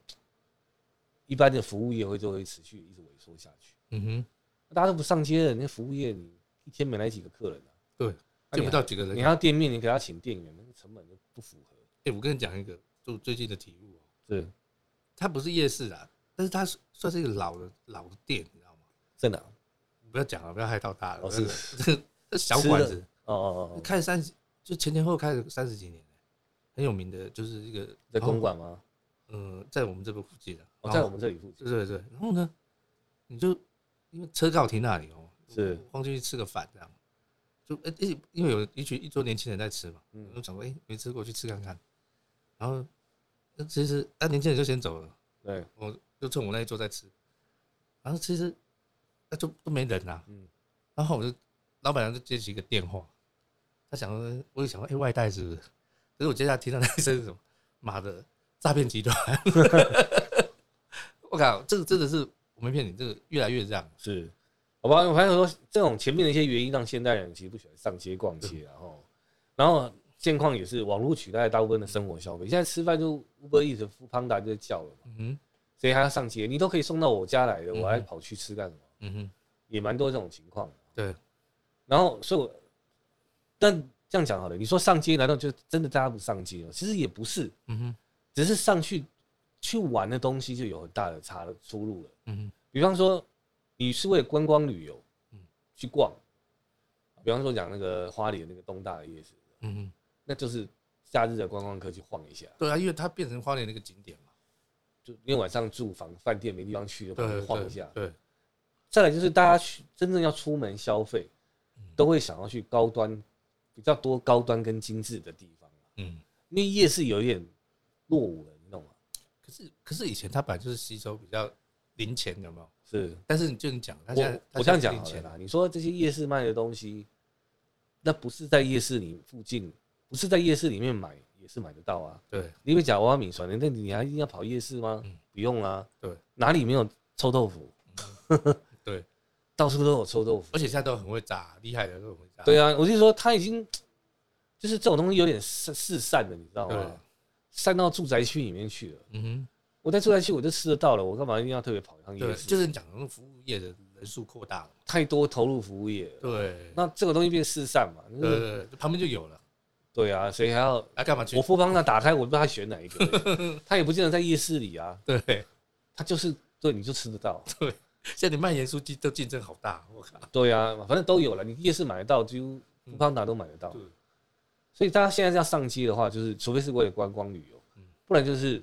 S2: 一般的服务业会就会持续一直萎缩下去。
S1: 嗯哼，
S2: 大家都不上街了，那服务业你一天没来几个客人啊？
S1: 对
S2: 那
S1: 见
S2: 你
S1: 不
S2: 还，
S1: 到几个
S2: 你
S1: 人。
S2: 还要店面，你给他请店员，那个成本就不符合。
S1: 哎，我跟你讲一个，就最近的体悟哦，
S2: 对，
S1: 它不是夜市啊，但是它是算是一个老的老的店，你知道吗？
S2: 在哪？
S1: 不要讲了，不要害到大了
S2: 哦。是
S1: 这 这小馆子，
S2: 哦哦哦，
S1: 开了三十，就前前后后开了三十几年了，很有名的，就是一个
S2: 在
S1: 然后
S2: 公馆吗？
S1: 嗯，在我们这个附近的、
S2: 哦，
S1: 然
S2: 在
S1: 后
S2: 我们这里附近。
S1: 对对对，然后呢，你就因为车刚好停那里哦，
S2: 是
S1: 我光进去吃个饭这样，就哎、诶因为有一群一桌年轻人在吃嘛，
S2: 嗯
S1: 我就想说哎、诶没吃过去吃看看，然后那其实那、啊年轻人就先走了，
S2: 对，
S1: 我就趁我那一桌在吃，然后其实那、就都没人啊，
S2: 嗯
S1: 然后我就老板娘就接起一个电话，她想说，我就想说，哎、外带是不是？可是我接下来听到那一声是什么？妈的，诈骗集团！ 我靠，这个真的是我没骗你，这个越来越这样。
S2: 是，好吧，我还想说，这种前面的一些原因，让现代人其实不喜欢上街逛
S1: 嗯
S2: 街，然后，然后现况也是网络取代大部分的生活消费。现在吃饭就 Uber Eats、富胖达就叫了嘛，
S1: 嗯哼，
S2: 谁还要上街？你都可以送到我家来的，
S1: 嗯
S2: 我还跑去吃干什么？
S1: 嗯哼，
S2: 也蛮多这种情况的。
S1: 对，
S2: 然后，所以我，但这样讲好了，你说上街难道就真的大家不上街了？其实也不是，
S1: 嗯哼，
S2: 只是上去去玩的东西就有很大的差出入了。
S1: 嗯哼，
S2: 比方说，你是为了观光旅游，
S1: 嗯
S2: 去逛，比方说讲那个花莲那个东大的夜市，
S1: 嗯哼，
S2: 那就是假日的观光客去晃一下，
S1: 对啊，因为它变成花莲那个景点嘛。
S2: 就因为晚上住房饭店没地方去，就跑
S1: 对
S2: 去
S1: 对
S2: 晃一下。
S1: 对，
S2: 再来就是大家去真正要出门消费，
S1: 嗯
S2: 都会想要去高端，比较多高端跟精致的地方，
S1: 嗯。
S2: 因为夜市有一点落伍了，你懂吗？
S1: 可是可是以前他本来就是吸收比较零钱，有没有？
S2: 是
S1: 但是你就你讲，他现在
S2: 我我这样讲
S1: 以
S2: 好了
S1: 前
S2: 啦，你说这些夜市卖的东西，那不是在夜市里附近，不是在夜市里面买也是买得到啊。
S1: 对
S2: 因为假娃娃米船，那你还一定要跑夜市吗？
S1: 嗯
S2: 不用啊，
S1: 对嗯
S2: 哪里没有臭豆腐？
S1: 对，
S2: 到处都有臭豆腐。
S1: 而且现在都很会炸，厉害的都很会炸。
S2: 对
S1: 啊，
S2: 啊，我就说他已经就是这种东西有点四四散了，你知道
S1: 对
S2: 吗？散到住宅区里面去了。
S1: 嗯哼，
S2: 我在住宅区我就吃得到了，我干嘛一定要特别跑一趟夜
S1: 对，
S2: 市？
S1: 就是你讲的那种服务业的人数扩大了嘛。
S2: 太多投入服务业了，
S1: 对，
S2: 那这个东西变四散嘛？
S1: 对
S2: 就是
S1: 对对，旁边就有了，
S2: 对啊，谁还要？
S1: 那干嘛去
S2: 我？富邦那打开，我不知道他选哪一 个，他也不见得在夜市里啊，
S1: 对，
S2: 他就是对你就吃 得到，
S1: 现在你卖盐酥鸡都竞争好大，我靠。
S2: 对啊，反正都有了，你夜市买得到，几乎富邦哪都买得到
S1: 对。
S2: 所以大家现在要上街的话，就是除非是为了观光旅游
S1: 嗯，
S2: 不然就是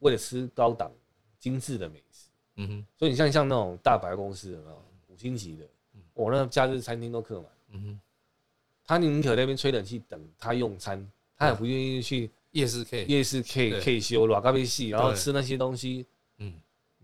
S2: 为了吃高档精致的美食。
S1: 嗯哼，
S2: 所以你像像那种大白公司有没有五星级的
S1: 嗯，
S2: 我那假日餐厅都客满，
S1: 嗯哼，
S2: 他宁可在那边吹冷气等他用餐，他也不愿意去
S1: 夜市 K，
S2: 夜市 K
S1: 对
S2: K 修拉咖啡系，然后
S1: 对
S2: 吃那些东西，
S1: 嗯，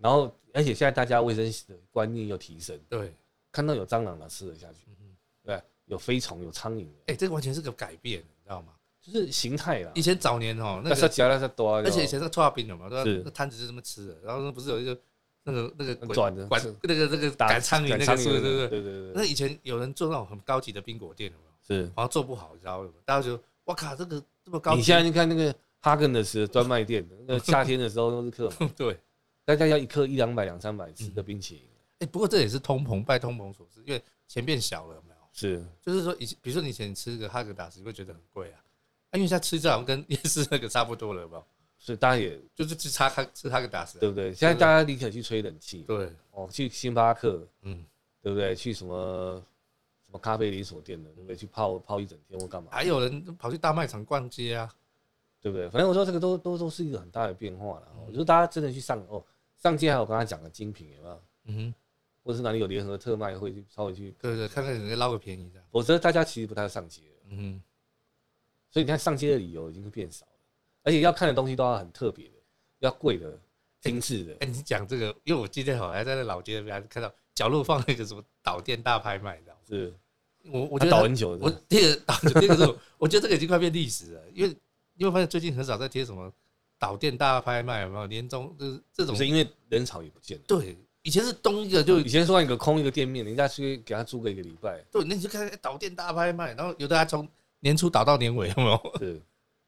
S2: 然后而且现在大家卫生的观念又提升，
S1: 对，
S2: 看到有蟑螂了吃了下去
S1: 嗯哼，
S2: 对，有飞虫有苍蝇，
S1: 哎，这完全是个改变，你知道吗？
S2: 就是形态啦
S1: 以。前早年哦，那
S2: 那是
S1: 个，
S2: 加那是多，
S1: 而且以前那个串冰有没有？
S2: 是
S1: 对吧那摊子是这么吃的，然后那不是有一个那个那个管
S2: 转的
S1: 管
S2: 是
S1: 那个那个
S2: 打
S1: 赶苍蝇那个
S2: 赶
S1: 是不是？对不对？
S2: 对对
S1: 那
S2: 对，
S1: 以前有人做那种很高级的冰果店，有没有？
S2: 是。
S1: 好像做不好，你知道吗？大家就哇靠，这个这么高级，
S2: 你现在去看那个哈根的斯专卖店，那个夏天的时候都是客嘛，
S1: 对，哎、
S2: 大家要一克一两百、两三百吃
S1: 嗯
S2: 的冰淇淋，
S1: 不过这也是通膨，拜通膨所致，因为钱变小了，有没有？
S2: 是
S1: 就是说以前，比如说你以前吃个哈根达斯，你会觉得很贵啊，啊，因为现在吃这好像跟夜市那个差不多了，有没有？
S2: 所以大家也
S1: 就是吃哈哈吃哈根达斯啊、
S2: 对不对？现在大家宁可去吹冷气，
S1: 对，
S2: 哦，去星巴克，
S1: 嗯，
S2: 对不对？去什么什么咖啡连锁店的，对不对？去泡泡一整天或干嘛，
S1: 还有人跑去大卖场逛街啊，
S2: 对不对？反正我说这个都都都是一个很大的变化了。我觉得大家真的去上哦，上街还有我刚才讲的精品有没有？
S1: 嗯哼，
S2: 或者是哪里有联合特卖会去稍微去，
S1: 对对，看看人家捞个便宜这样，
S2: 否则大家其实不太上街了。
S1: 嗯哼，
S2: 所以你看上街的理由已经会变少了，而且要看的东西都要很特别的，要贵的、精致的。
S1: 哎、你讲这个，因为我今天好像还在那老街那边看到角落放那个什么导电大拍卖，你知道吗？啊
S2: 是，
S1: 我我
S2: 我
S1: 觉得
S2: 倒
S1: 它
S2: 很久
S1: 我
S2: 的，
S1: 第二个导第二个是， 我觉得这个已经快变历史了，因为你有没有发现最近很少在贴什么导电大拍卖，有没有年终就是这
S2: 不
S1: 种
S2: 是？因为人潮也不见了。
S1: 对，以前是东一个就
S2: 以前说一个空一个店面，人家去给他租个一个礼拜，
S1: 对，那你就看哎导电大拍卖，然后有的还从年初导到年尾，有没有？
S2: 是，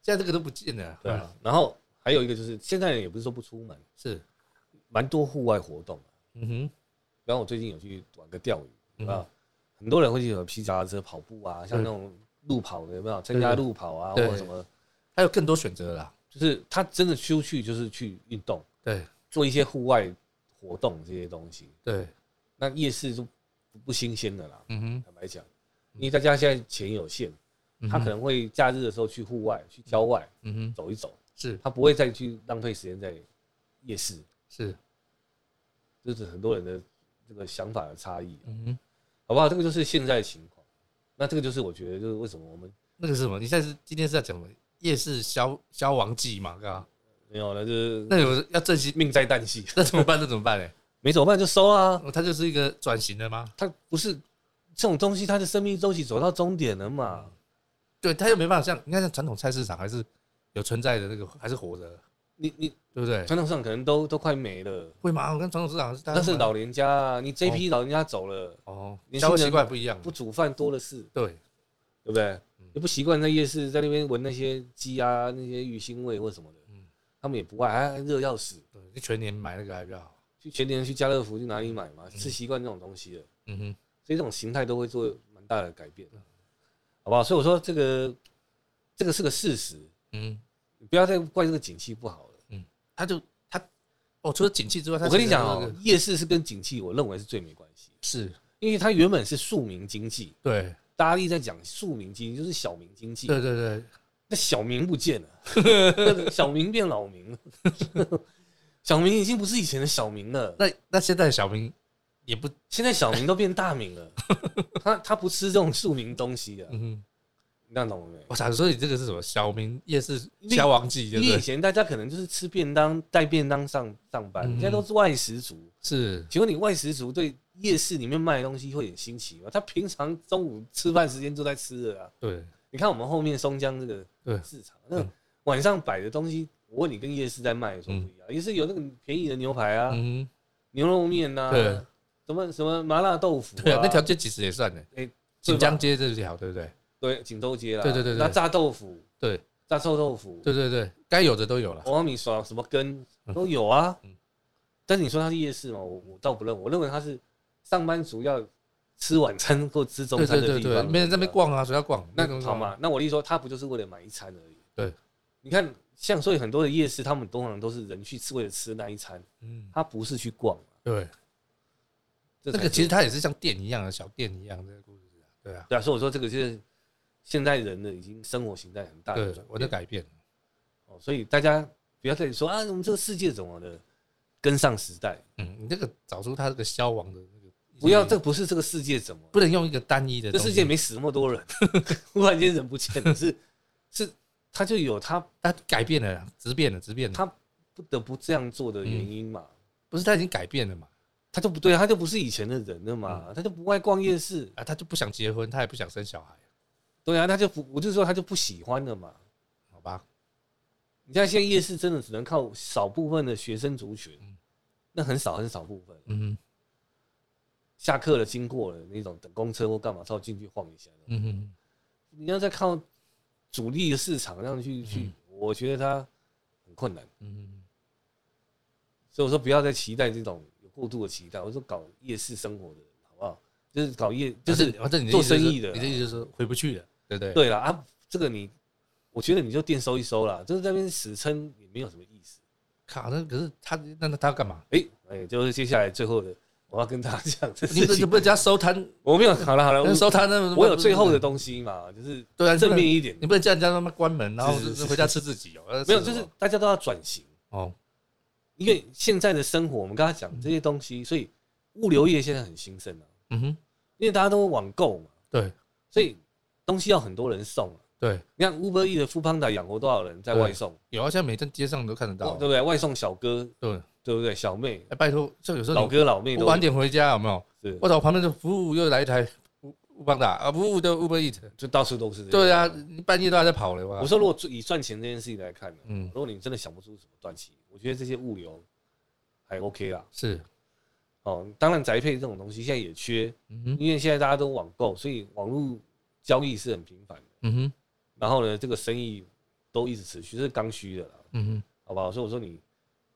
S1: 现在这个都不见了。嗯
S2: 对啊。然后还有一个就是，现在人也不是说不出门，
S1: 是，
S2: 蛮多户外活动。
S1: 嗯哼，
S2: 然后我最近有去玩个钓鱼，
S1: 嗯
S2: 啊，很多人会去有皮夹车跑步啊，像那种路跑的有没有？参加路跑啊，或
S1: 对
S2: 者什么，
S1: 还有更多选择啦。
S2: 就是他真的出去就是去运动，
S1: 对
S2: 做一些户外活动这些东西。
S1: 对，
S2: 那夜市就不不新鲜的啦。
S1: 嗯哼，
S2: 坦白讲，因为大家现在钱有限，
S1: 嗯嗯哼
S2: 他可能会假日的时候去户外、去郊外
S1: 嗯哼，
S2: 走一走，
S1: 是
S2: 他不会再去浪费时间在夜市。
S1: 是，
S2: 这是很多人的这个想法的差异，
S1: 嗯哼，
S2: 好不好？这个就是现在的情况。那这个就是我觉得就是为什么我们
S1: 那个是什么？你现在是今天是在讲什么？夜市消消亡记嘛，刚刚
S2: 没有了，就是
S1: 那有要振兴，
S2: 命在旦夕，
S1: 那怎么办？那怎么办呢？
S2: 没怎么办就收啊。
S1: 它就是一个转型的吗？
S2: 它不是这种东西，它的生命周期走到终点了嘛？
S1: 对，他又没办法像你看像传统菜市场还是有存在的那个还是活着，
S2: 你你
S1: 对不对？
S2: 传统上可能都都快没了，
S1: 会吗？我跟传统市场是大家
S2: 那是老人家啊，你这批老人家走了。
S1: 哦，
S2: 年
S1: 消费
S2: 轻人
S1: 习惯不一样，
S2: 不煮饭多的是，
S1: 对，
S2: 对不对？也不习惯在夜市在那边闻那些鸡啊、那些鱼腥味或什么的，
S1: 嗯
S2: 他们也不爱，还热要死。
S1: 对，你全年买那个还比较好。
S2: 去全年去家乐福去哪里买嘛，吃习惯这种东西了，
S1: 嗯哼，
S2: 所以这种形态都会做蛮大的改变，好不好？所以我说这个这个是个事实，
S1: 嗯，
S2: 你不要再怪这个景气不好了。
S1: 他就他哦，除了景气之外，他
S2: 我跟你
S1: 其实
S2: 讲
S1: 那
S2: 哦
S1: 个，
S2: 夜市是跟景气我认为是最没关系，
S1: 是
S2: 因为它原本是庶民经济，
S1: 对，
S2: 大家一直在讲庶民经济就是小民经济，
S1: 对对对，
S2: 那小明不见了，小明变老明了，小明已经不是以前的小明了，
S1: 那那现在小明也不，
S2: 现在小明都变大明了，他他不吃这种庶民东西的，
S1: 嗯，
S2: 你看懂了没？
S1: 我想说你这个是什么？小明夜市
S2: 你
S1: 消亡记，对不
S2: 因为以
S1: 对？
S2: 前大家可能就是吃便当带便当上上班，
S1: 嗯
S2: 现在都是外食族。
S1: 是，
S2: 请问你外食族对夜市里面卖的东西会很新奇吗？他平常中午吃饭时间就在吃了啊。
S1: 对，
S2: 你看我们后面松江这
S1: 对
S2: 个市场，那
S1: 嗯
S2: 晚上摆的东西，我问你跟夜市在卖有什么不一样？也是有那个便宜的牛排啊、
S1: 嗯，
S2: 牛肉面呐、
S1: 对
S2: 什么什么麻辣豆腐
S1: 对啊，那条
S2: 条
S1: 街其实也算的，
S2: 哎
S1: 锦江街这条，对不对？
S2: 对锦州街啦，
S1: 对对对对
S2: 那炸豆腐、
S1: 对，
S2: 炸臭豆腐、
S1: 对对对，该有的都有了。
S2: 黄米爽什么羹都有啊
S1: 嗯。
S2: 但是你说它是夜市嘛，我我倒不认为，我认为它是上班族要吃晚餐或吃中
S1: 对
S2: 餐
S1: 对
S2: 的地
S1: 对
S2: 方，
S1: 对，没人在那边逛啊，谁要逛？那
S2: 那
S1: 种
S2: 好嘛，那我的意思说，他不就是为了买一餐而已？
S1: 对，
S2: 你看，像所以很多的夜市，他们通常都是人去吃，为了吃那一餐，
S1: 嗯，
S2: 他不是去逛嘛。
S1: 对，
S2: 这
S1: 那个
S2: 才是
S1: 其实它也是像店一样的小店一样的故事啊，对啊，
S2: 对啊，所以我说这个就是现代人的已经生活形态很大的
S1: 对
S2: 转，
S1: 我的
S2: 变
S1: 改变，
S2: 哦，所以大家不要再说啊，我们这个世界怎么了，跟上时代，
S1: 嗯，你这个找出它这个消亡的那个，
S2: 不要这个不是这个世界怎么了，
S1: 不能用一个单一的
S2: 这
S1: 东西，
S2: 世界没死那么多人， 忽然间人不见了，是是，他就有他
S1: 它改变了，质变了，质变了，
S2: 他不得不这样做的原因嘛。
S1: 不是它已经改变了嘛？
S2: 他就不对啊，他就不是以前的人了嘛，
S1: 嗯
S2: 他就不爱逛夜市，
S1: 啊，他就不想结婚，他也不想生小孩，
S2: 对啊，他就不，我就说他就不喜欢了嘛。
S1: 好吧？
S2: 你像现在夜市真的只能靠少部分的学生族群，那很少很少部分，
S1: 嗯
S2: 下课了经过了那种等公车或干嘛，稍微进去晃一下。
S1: 嗯嗯，
S2: 你要再靠主力的市场上去去，我觉得他很困难，
S1: 嗯，
S2: 所以我说不要再期待这种有过度的期待。我说搞夜市生活的人，好不好？就是搞夜，就
S1: 就是是反正你的
S2: 做
S1: 意思就是
S2: 生意的
S1: 你的意思就是回不去了，对不对？
S2: 对了啊，这个你，我觉得你就店收一收啦，就是在那边死撑也没有什么意思。
S1: 靠，那可是他那那他要干 嘛？
S2: 哎、哎、就是接下来最后的，我要跟大家讲这
S1: 你
S2: 事
S1: 不你
S2: 情。
S1: 不能叫他收摊，
S2: 我没有，好了好了，
S1: 那
S2: 我
S1: 收摊那
S2: 我有最后的东西嘛，就是
S1: 对啊，
S2: 正面
S1: 你
S2: 一点
S1: 不能，你不能叫人家他妈关门，然后
S2: 是是是
S1: 回家吃自己哦，呃
S2: 没有，
S1: 吃
S2: 就
S1: 什么
S2: 是大家都要转型，
S1: 哦，
S2: 因为现在的生活，我们刚才讲这些东西，所以物流业现在很兴盛啊，
S1: 嗯哼，
S2: 因为大家都网购嘛，
S1: 对
S2: 所以东西要很多人送啊。
S1: 对，
S2: 你看 Uber E 的 f o o Panda 养活多少人在外送，
S1: 有啊，现在每天街上都看得
S2: 对
S1: 到
S2: 不，对？外送小哥，
S1: 对，
S2: 对不对？小妹、
S1: 哎，拜托，就有时候
S2: 老
S1: 你
S2: 哥、老妹
S1: 我
S2: 都
S1: 晚点回家有没有？
S2: 是
S1: 我操，旁边的服务又来一台乌乌邦达啊，服务的 Uber Eat，
S2: 就到处都是这些。啊
S1: 对啊，你半夜都还在跑了哇
S2: 我，说，如果以赚钱这件事情来看呢、
S1: 嗯
S2: 如，果你真的想不出什么短期，我觉得这些物流还 OK 啦。
S1: 是，
S2: 哦，当然宅配这种东西现在也缺，
S1: 嗯哼，
S2: 因为现在大家都网购，所以网络交易是很频繁的。
S1: 嗯哼，
S2: 然后呢，这个生意都一直持续，这是刚需的啦，
S1: 嗯哼。
S2: 好不好？所以我说你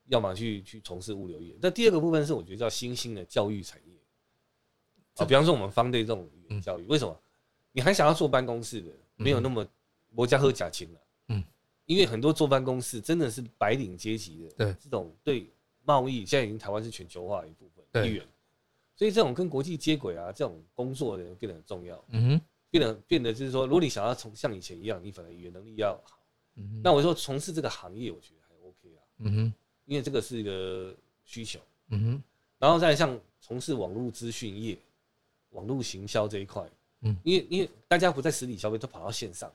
S2: 要么去去从事物流业。那第二个部分是我觉得叫新兴的教育产业，啊，比方说我们方队这种语言
S1: 嗯
S2: 教育，为什么？你还想要做办公室的，没有那么国家喝假钱了，
S1: 嗯，
S2: 因为很多做办公室真的是白领阶级的，
S1: 对
S2: 这种对贸易现在已经台湾是全球化的一部分
S1: 对
S2: 一员，所以这种跟国际接轨啊，这种工作的人变得很重要。
S1: 嗯哼，
S2: 变得变得就是说，如果你想要从像以前一样，你反正语言能力要好。
S1: 嗯哼
S2: 那我说从事这个行业，我觉得还 OK 啊，
S1: 嗯哼，
S2: 因为这个是一个需求。
S1: 嗯哼，
S2: 然后再像从事网络资讯业、网络行销这一块，
S1: 嗯，
S2: 因为因为大家不在实体消费，都跑到线上，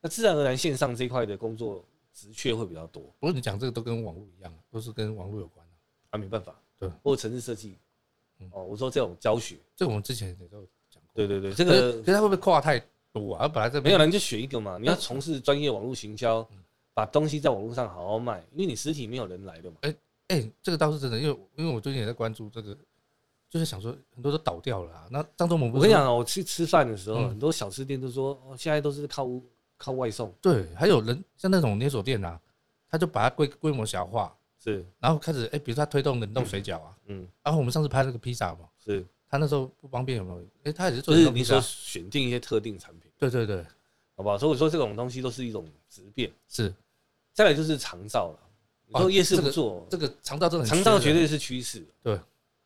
S2: 那自然而然线上这一块的工作职缺会比较多
S1: 不过你讲这个都跟网络一样，都是跟网络有关的。
S2: 啊，没办法，
S1: 对，嗯
S2: 或者城市设计，哦，我说这种教学，
S1: 这个我们之前也都有讲过。
S2: 对对对，这
S1: 可是
S2: 个
S1: 可是它会不会跨太多啊？它本来这
S2: 没有了，你就选一个嘛。你要
S1: 嗯
S2: 从事专业网络行销，把东西在网络上好好卖，因为你实体没有人来的嘛。
S1: 哎、这个倒是真的，因为因为我最近也在关注这个，就是想说很多都倒掉了、啊。那张忠谋不
S2: 我
S1: 是
S2: 跟你
S1: 说，
S2: 讲啊，我去吃饭的时候，
S1: 嗯
S2: 很多小吃店都说，哦，现在都是靠靠外送，
S1: 对，还有人像那种连锁店啊，他就把它规规模小化，
S2: 是，
S1: 然后开始哎、比如说他推动冷冻水饺啊，
S2: 嗯，
S1: 然后我们上次拍那个披萨嘛，
S2: 是，
S1: 他那时候不方便有没有？哎、他也是做冷
S2: 就是
S1: 冻披
S2: 你
S1: 萨
S2: 说，选定一些特定产品，
S1: 对对对，
S2: 好不好？所以我说这种东西都是一种质变。
S1: 是
S2: 再来就是长照了，你
S1: 哦
S2: 说夜市
S1: 这
S2: 不
S1: 个
S2: 做，
S1: 这个肠道真的很
S2: 长照
S1: 缺
S2: 绝
S1: 人
S2: 对是趋势，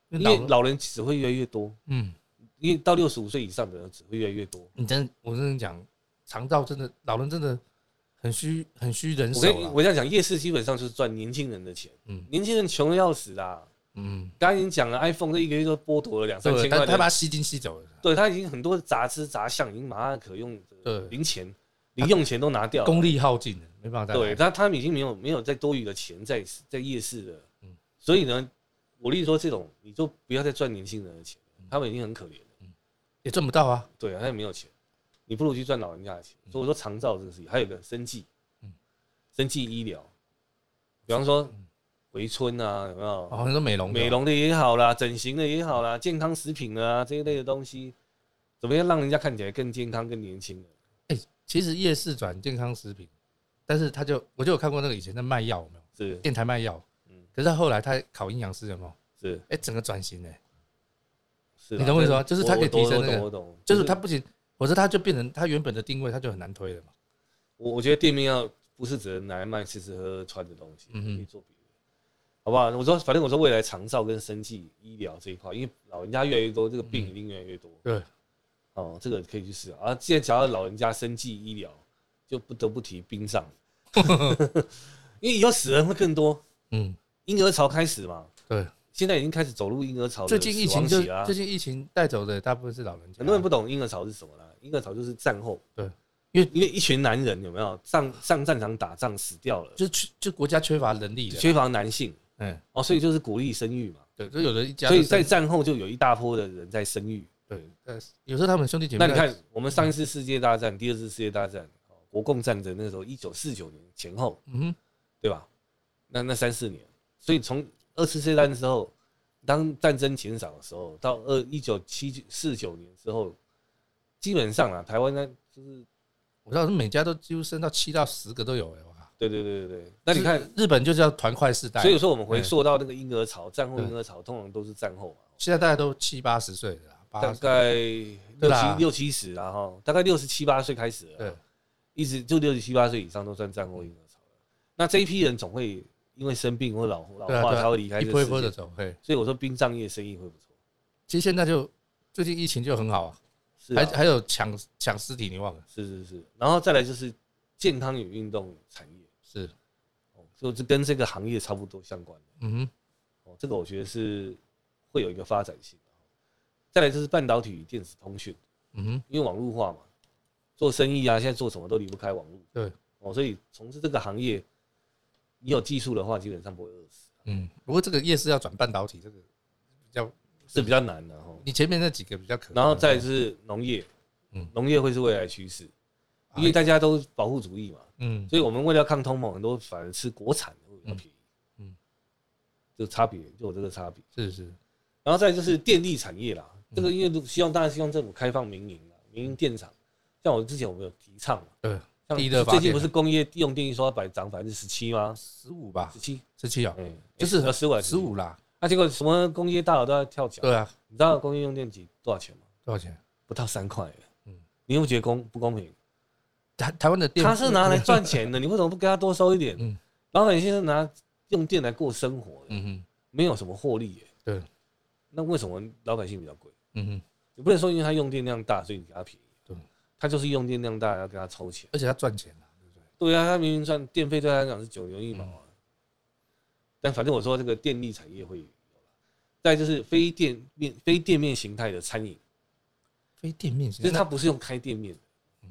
S2: 因
S1: 老
S2: 为
S1: 了
S2: 老人只会越来越多，
S1: 嗯。
S2: 因为到六十五岁以上的人只会越来越多。
S1: 你真的，我真的讲，肠道真的，老人真的很需很需人
S2: 我
S1: 手
S2: 跟你
S1: 了。
S2: 我这样讲，夜市基本上就是赚年轻人的钱，
S1: 嗯
S2: 年轻人穷的要死啦。
S1: 嗯，
S2: 刚才已经讲了，iPhone 这一个月都剥夺了两三
S1: 对，
S2: 千
S1: 他
S2: 块
S1: 他把
S2: 的，
S1: 它吸金吸走了，
S2: 对他已经很多杂支杂项已经把他可用的
S1: 对
S2: 零钱、零用钱都拿掉了，
S1: 功力耗尽了，没办法再
S2: 对，
S1: 来。
S2: 他他们已经没有没有再多余的钱在在夜市了，
S1: 嗯
S2: 所以呢，我例如说这种，你就不要再赚年轻人的钱，
S1: 嗯
S2: 他们已经很可怜了，
S1: 也赚不到啊。
S2: 对啊，他也没有钱，你不如去赚老人家的钱。所以我说长照这个事情，还有一个生计，
S1: 嗯
S2: 生计医疗，比方说围村啊，有没有？
S1: 哦，很多美容的
S2: 美容的也好啦，整形的也好啦，健康食品啊这一类的东西，怎么样让人家看起来更健康、更年轻呢？
S1: 其实夜市转健康食品，但是他就我就有看过那个以前在卖药，有没有？
S2: 是
S1: 电台卖药
S2: 嗯，
S1: 可是他后来他考营养师，有没有？
S2: 是
S1: 哎，整个转型
S2: 嗯
S1: 哎，
S2: 是啦，
S1: 你懂我意思吗
S2: 但
S1: 就是它可以
S2: 我我
S1: 提升
S2: 我
S1: 那个
S2: 懂我懂，
S1: 就是他不仅，我说他就变成他原本的定位，他就很难推了嘛。
S2: 我我觉得店面要不是只能拿来卖吃吃喝喝穿的东西，
S1: 嗯
S2: 嗯、
S1: 哼
S2: 可以做别的，好不好？我说，反正我说未来长照跟生计医疗这一块，因为老人家越来越多，这个病一定越来越多。
S1: 嗯对，
S2: 哦，这个可以去试啊。啊既然讲到老人家生计医疗，就不得不提 冰上，因为以后死人会更多，
S1: 嗯，
S2: 婴儿潮开始嘛，
S1: 对。
S2: 现在已经开始走入婴儿潮的
S1: 最近疫
S2: 哦死亡
S1: 情就
S2: 期啦
S1: 最近疫情带走的大部分是老人家，
S2: 很多人不懂婴儿潮是什么啦，婴儿潮就是战后，
S1: 对，
S2: 因为因为一群男人有没有上上战场打仗死掉了，
S1: 就缺就国家缺乏能力的，
S2: 缺乏男性
S1: 嗯，
S2: 哦，所以就是鼓励生育嘛，
S1: 对，就有的一家
S2: 所
S1: 就
S2: 以
S1: 是，
S2: 在战后就有一大波的人在生育。
S1: 对，但是有时候他们兄弟姐妹，
S2: 那你，看，我们上一次世界大战、第二次世界大战、哦国共战争那时候，一九四九年前后，
S1: 嗯哼，
S2: 对吧？那那三四年，所以从二次世界大战之后，当战争减少的时候，到二一九七四九年之后，基本上啊，台湾呢就是
S1: 我知道每家都几乎生到七到十个都有哎，哇，
S2: 对对对对对。那你看，
S1: 日本就叫嗯团块世代，
S2: 所以说我们回溯到那个婴儿潮，战后婴儿潮通常都是战后嘛。
S1: 现在大家都七八十岁了啦，八
S2: 大
S1: 十
S2: 概六
S1: 对
S2: 七
S1: 啦
S2: 六七十啦哈，大概六十七八岁开始了
S1: 对
S2: 啦，，一直就六十七八岁以上都算战后婴儿潮了。那这一批人总会因为生病或老老
S1: 对啊
S2: 化
S1: 对啊
S2: 才会离开
S1: 一
S2: 这
S1: 波
S2: 个
S1: 一
S2: 世
S1: 波的
S2: 界，
S1: 走，嘿，
S2: 所以我说殡葬业生意会不错。
S1: 其实现在就最近疫情就很好啊，
S2: 是
S1: 还
S2: 啊，
S1: 还有抢抢尸体，你忘了？
S2: 是是是，然后再来就是健康与运动产业，
S1: 是，
S2: 哦，就是跟这个行业差不多相关的
S1: 嗯哼，
S2: 哦，这个我觉得是会有一个发展性的。哦再来就是半导体与电子通讯，
S1: 嗯哼，
S2: 因为网络化嘛，做生意啊，现在做什么都离不开网络。
S1: 对，
S2: 哦，所以从事这个行业，你有技术的话，基本上不会饿死，
S1: 嗯，不过这个夜市要转半导体，这个比较，
S2: 是比较难的哈。
S1: 你前面那几个比较可能，
S2: 然后再是农业
S1: 嗯，
S2: 农业会是未来趋势，
S1: 哎
S2: 因为大家都保护主义嘛，
S1: 嗯，
S2: 所以我们为了要抗通膨，很多反而吃国产的会比较便宜。
S1: 嗯嗯
S2: 嗯，就差别就有这个差别。
S1: 是是，
S2: 然后再
S1: 嗯
S2: 就是电力产业啦，这个因为希望当然希望政府开放民营啦，民营电厂，像我之前我们有提倡嘛，
S1: 对，
S2: 像
S1: 地热发
S2: 最
S1: 电
S2: 近不是工业用电说要百涨百分之十七吗？
S1: 十五吧
S2: 十，七，
S1: 十七啊，
S2: 嗯，
S1: 就是
S2: 十五，
S1: 十。五啦，
S2: 那结果什么工业大佬都要跳脚，
S1: 对啊，
S2: 你知道工业用电几多少钱吗？
S1: 多少钱？
S2: 不到三块。
S1: 嗯
S2: 嗯，你会觉得公不公平？
S1: 台台湾的电，
S2: 他是拿来赚钱的，你为什么不给他多收一点？
S1: 嗯
S2: 老百姓是拿用电来过生活的，
S1: 嗯哼，
S2: 没有什么获利耶。
S1: 对，
S2: 那为什么老百姓比较贵？
S1: 嗯哼，
S2: 你不能说因为他用电量大，所以你给他便宜。
S1: 对，
S2: 他就是用电量大，要给他抽钱。
S1: 而且他赚钱啊，
S2: 对啊，他明明赚电费对他来讲是九牛一毛啊。但反正我说这个电力产业会有啦，再就是非店面非店面形态的餐饮，
S1: 非店面
S2: 就是
S1: 型，
S2: 它不是用开店面的，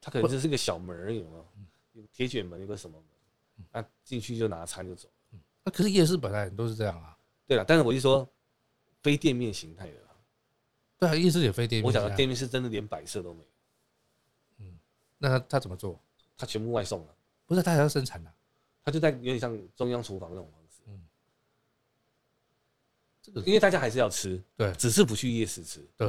S2: 它可能就是个小门而已嘛，有铁卷门，有个什么门，那进去就拿餐就走。
S1: 那可是夜市本来很多是这样啊，
S2: 对了，但是我就说非店面形态的啦，
S1: 对啊，夜市也非店面
S2: 我
S1: 型啊，
S2: 讲的店面是真的连摆设都没有，
S1: 那他他怎么做？
S2: 它全部外送了，
S1: 不是他还要生产啊，
S2: 它就在有点像中央厨房那种方式，
S1: 嗯这个
S2: 因为大家还是要吃，
S1: 对
S2: 只是不去夜市吃，
S1: 对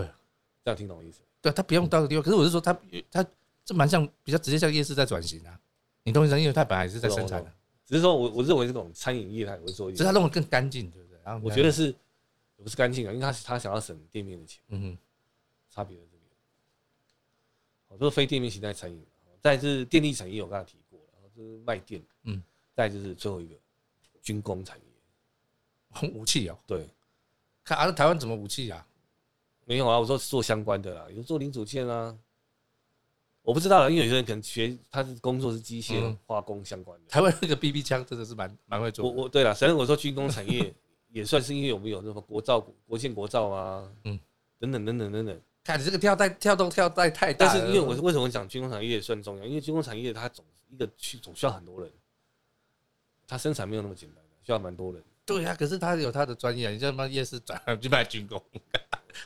S2: 这样听懂我意思吗？
S1: 对啊，他不用到个地方，可是我是说他他这蛮像比较直接像夜市在转型啊，你懂我意思吗？因为他本来也是在生产
S2: 我懂我
S1: 的
S2: 懂，只是说我我认为这种餐饮业态，哦我做一
S1: 只是他弄得更干净，对不对？然后
S2: 我觉得是也不是干净啊，因为他他想要省店面的钱，
S1: 嗯哼，
S2: 差别在这边。好，这是非店面形态餐饮，哦再来是电力产业，我刚才提过了，然后就是卖电，
S1: 嗯，
S2: 再来就是最后一个军工产业，
S1: 很武器哦，
S2: 对，
S1: 看啊，那台湾怎么武器啊？
S2: 没有啊，我说做相关的啦，有做零组件啊，我不知道了，因为有些人可能学他的工作是机械、
S1: 嗯
S2: 化工相关的。
S1: 台湾那个 BB 枪真的是蛮蛮会
S2: 我
S1: 做的，
S2: 我对了，虽然我说军工产 业也算是因为我们有什么国造、国建、国造啊，
S1: 嗯
S2: 嗯，等等等等等等。
S1: 看你这个跳带跳动跳带太大
S2: 但
S1: 了，
S2: 是因为我为什么讲军工产业算重要？因为军工产业它总一个区总需要很多人，它生产没有那么简单，需要蛮多人。
S1: 对啊呀、可是他有他的专业啊，你像他妈夜市转行去卖军工，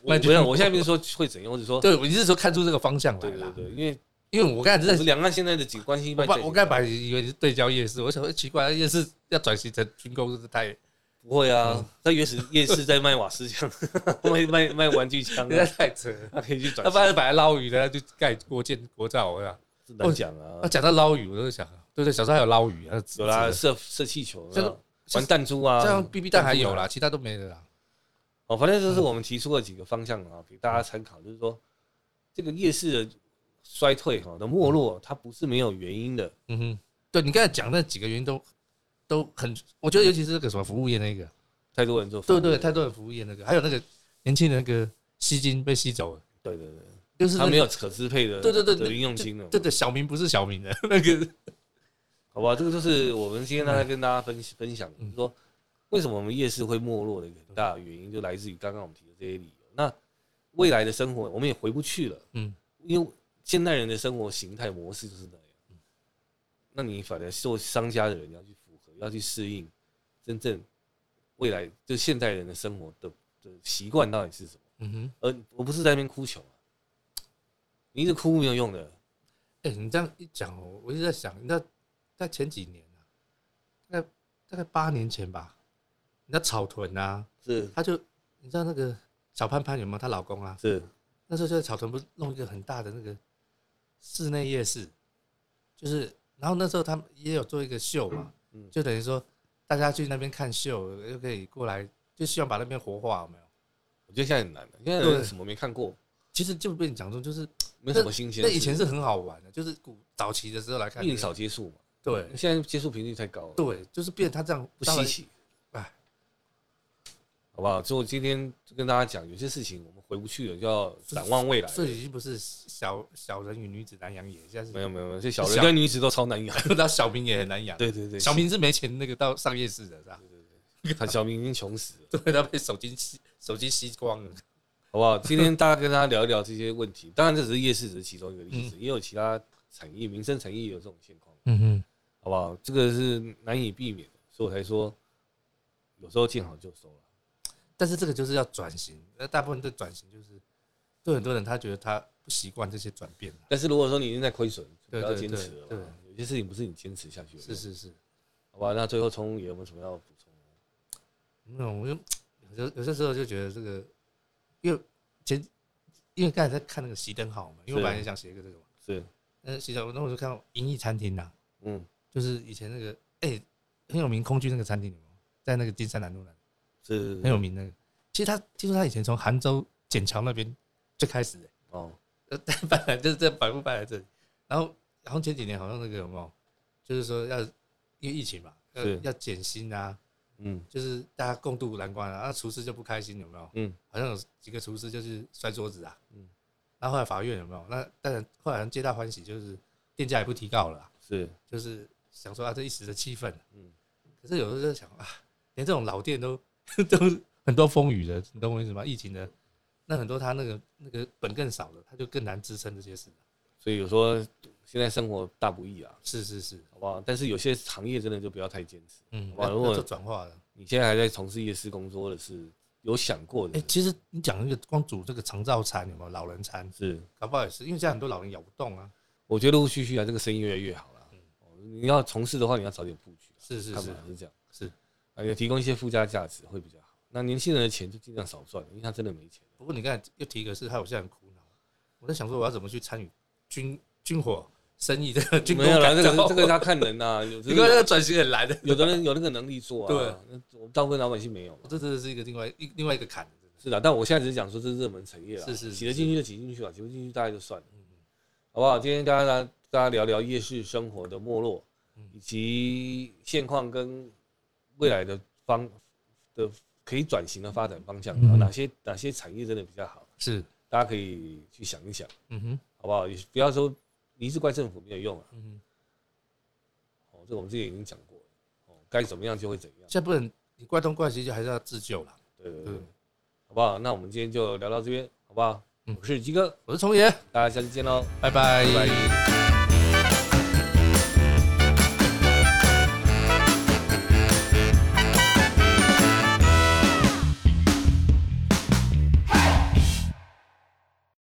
S2: 我
S1: 那就
S2: 没有，我现在不是说会怎样，我只说
S1: 对，我你是说看出这个方向来
S2: 对
S1: 了
S2: 哦对，对，因为
S1: 因为我刚才
S2: 我
S1: 在
S2: 们两岸现在的几个关系一
S1: 我
S2: 般
S1: 把我刚才把以为是对焦夜市，我想说奇怪，夜市要转型成军工，是不是太
S2: 不会
S1: 嗯
S2: 啊，在原始夜市在卖瓦斯枪， 卖卖卖玩具枪、
S1: 实在
S2: 啊，
S1: 太扯了。
S2: 他可以去转
S1: 要不
S2: 型。
S1: 然本来捞鱼的，就盖国建国造，我想。
S2: 不难讲啊
S1: 啊，，讲到捞鱼，我都想，对对，小时候还有捞鱼，啊还
S2: 有啦，射射气球
S1: 这个
S2: 啊，玩弹珠啊，
S1: 像 BB 弹还有
S2: 弹珠啊。
S1: 啦，嗯其他都没了啦。
S2: 哦，反正就是我们提出了几个方向啊，给大家参考，就是说这个夜市的衰退哈的没落，它不是没有原因的。
S1: 嗯哼，对你刚才讲那几个原因都都很，我觉得尤其是那个什么服务业那个，
S2: 太多人做
S1: 对对，太多的服务业那个，还有那个年轻人那个吸金被吸走了，
S2: 对对对，
S1: 就是
S2: 他
S1: 那
S2: 没
S1: 个
S2: 有可支配的
S1: 对对对
S2: 的
S1: 对
S2: 零用金了。
S1: 对对小明不是小明的 那个，
S2: 好吧，这个就是
S1: 嗯
S2: 我们今天大概跟大家分分享，就是说为什么我们夜市会没落的一个很大的原因，就来自于刚刚我们提的这些理由。那未来的生活我们也回不去了，
S1: 嗯，
S2: 因为现代人的生活形态模式就是那样。
S1: 嗯
S2: 那你反而做商家的人，你要去符合，要去适应真正未来就现代人的生活的的习惯到底是什么？
S1: 嗯哼，
S2: 而我不是在那边哭穷啊，
S1: 嗯
S2: 你一直哭没有用的。
S1: 哎、你这样一讲哦，我一直在想，那在前几年啊，大概大概八年前吧，那草屯啊，
S2: 是
S1: 他就你知道那个小潘潘有没有她老公啊？
S2: 是，
S1: 那时候就在草屯不是弄一个很大的那个室内夜市，就是然后那时候他们也有做一个秀嘛，
S2: 嗯
S1: 就等于说大家去那边看秀，又可以过来，就希望把那边活化，有没有？
S2: 我觉得现在很难了，现在
S1: 对
S2: 人什么没看过。
S1: 其实就被你讲中，就是
S2: 没有什么新鲜
S1: 那
S2: 事。
S1: 以前是很好玩的，就是古早期的时候来看，
S2: 因为你少接触嘛，
S1: 对
S2: 现在接触频率太高了，
S1: 对，就是变他这样
S2: 不稀，奇，
S1: 哎，
S2: 哎好不好？所以我今天就跟大家讲，有些事情我们回不去了，就要展望未来。
S1: 所以已经不是小小人与女子难养也，现在
S2: 没
S1: 是
S2: 有没有，没有，这小人
S1: 小
S2: 跟女子都超难养。
S1: 然后小明也很难养，
S2: 对对 对，
S1: 小明是没钱那个到上夜市的是吧？
S2: 他小明已经穷死了，
S1: 对，他被手机吸手机吸光了，
S2: 好不好？今天大家跟大家聊一聊这些问题，当然这只是夜市只是其中一个例子，也有其他产业、民生产业也有这种情况，
S1: 嗯哼。
S2: 好不好？这个是难以避免的，所以我才说有时候见好就收了。
S1: 但是这个就是要转型，那大部分的转型就是对很多人他觉得他不习惯这些转变了
S2: 但是如果说你已经在亏损，不
S1: 对
S2: 要
S1: 对
S2: 坚
S1: 对
S2: 持了
S1: 对
S2: 嘛。有些事情不是你坚持下去的，
S1: 是是是，
S2: 好吧，那最后聪宇有没有什么要补充的？
S1: 那我就有时有些时候就觉得这个，因为前因为刚才在看那个熄灯号嘛，因为我
S2: 是
S1: 本来也想写一个这个嘛，
S2: 是，
S1: 但是熄灯，那我就看到银翼餐厅呐、
S2: 嗯，
S1: 就是以前那个哎、很有名空军那个餐厅有没有在那个金山南路那
S2: 是
S1: 很有名那个，其实他听说他以前从杭州笕桥那边最开始的、
S2: 哦，
S1: 呃，本来 就是在百富办来这里，然后然后前几年好像那个什么，就是说要因为疫情嘛，要
S2: 是
S1: 要减薪啊，
S2: 嗯
S1: 就是大家共度难关啊，那厨师就不开心有没有？
S2: 嗯，
S1: 好像有几个厨师就是摔桌子啊，嗯
S2: 嗯，
S1: 然后后来法院有没有？那当然后来皆大欢喜，就是店家也不提告了啊、
S2: 是
S1: 就是想说啊这一时的气氛，嗯
S2: 嗯，
S1: 可是有时候就想啊，连这种老店都 都很多风雨的，你懂我意思吗？疫情的。那很多他那个那个本更少了，他就更难支撑这些事。
S2: 所以有时候现在生活大不易啊，
S1: 是是是，
S2: 好不好？但是有些行业真的就不要太坚持。
S1: 嗯，
S2: 哇
S1: 那
S2: 如果
S1: 那做转化了。
S2: 你现在还在从事夜市工作的是有想过
S1: 哎、
S2: 的，
S1: 其实你讲那个光煮这个长照餐有没有老人餐，
S2: 是
S1: 搞不好也是，因为现在很多老人咬不动啊。
S2: 我觉得陆陆续续啊，这个生意越来越好了。哦你要从事的话，你要早点布局啊，
S1: 嗯是是
S2: 看
S1: 是
S2: 法是这样，
S1: 是。
S2: 啊，有提供一些附加价值会比较好。那年轻人的钱就尽量少赚，因为他真的没钱。
S1: 不过你刚才又提一个事，害我现在很苦恼。我在想说，我要怎么去参与军军火生 意这个军
S2: 没有了，
S1: 了，
S2: 这个是这个他看人呐，有
S1: 你看那个转型很难 的，
S2: 有的人有那个能力做啊，
S1: 对，
S2: 那我们大部分老百姓没有嘛。
S1: 这真的是一个另外一另外一个坎。真的
S2: 是的，但我现在只是讲说这是热门产业啦，
S1: 是是是嗯
S2: 挤得进去就挤进去了，挤啊不进去大概就算了，好不好？今天跟大家大家聊聊夜市生活的没落，
S1: 嗯
S2: 以及现况跟未来的方的可以转型的发展方向，
S1: 嗯
S2: 然后哪些哪些产业真的比较好，
S1: 是，
S2: 大家可以去想一想，
S1: 嗯哼，
S2: 好不好？也不要说你一直怪政府没有用啊。
S1: 嗯，
S2: 哦，这个我们之前已经讲过了。哦，该怎么样就会怎样。
S1: 现在不能你怪东怪西，就还是要自救啦。
S2: 对对对
S1: 嗯，
S2: 好不好？那我们今天就聊到这边，好不好？
S1: 嗯
S2: 我是鸡哥，
S1: 我是崇爷，
S2: 大家下次见喽。
S1: 拜拜
S2: 拜拜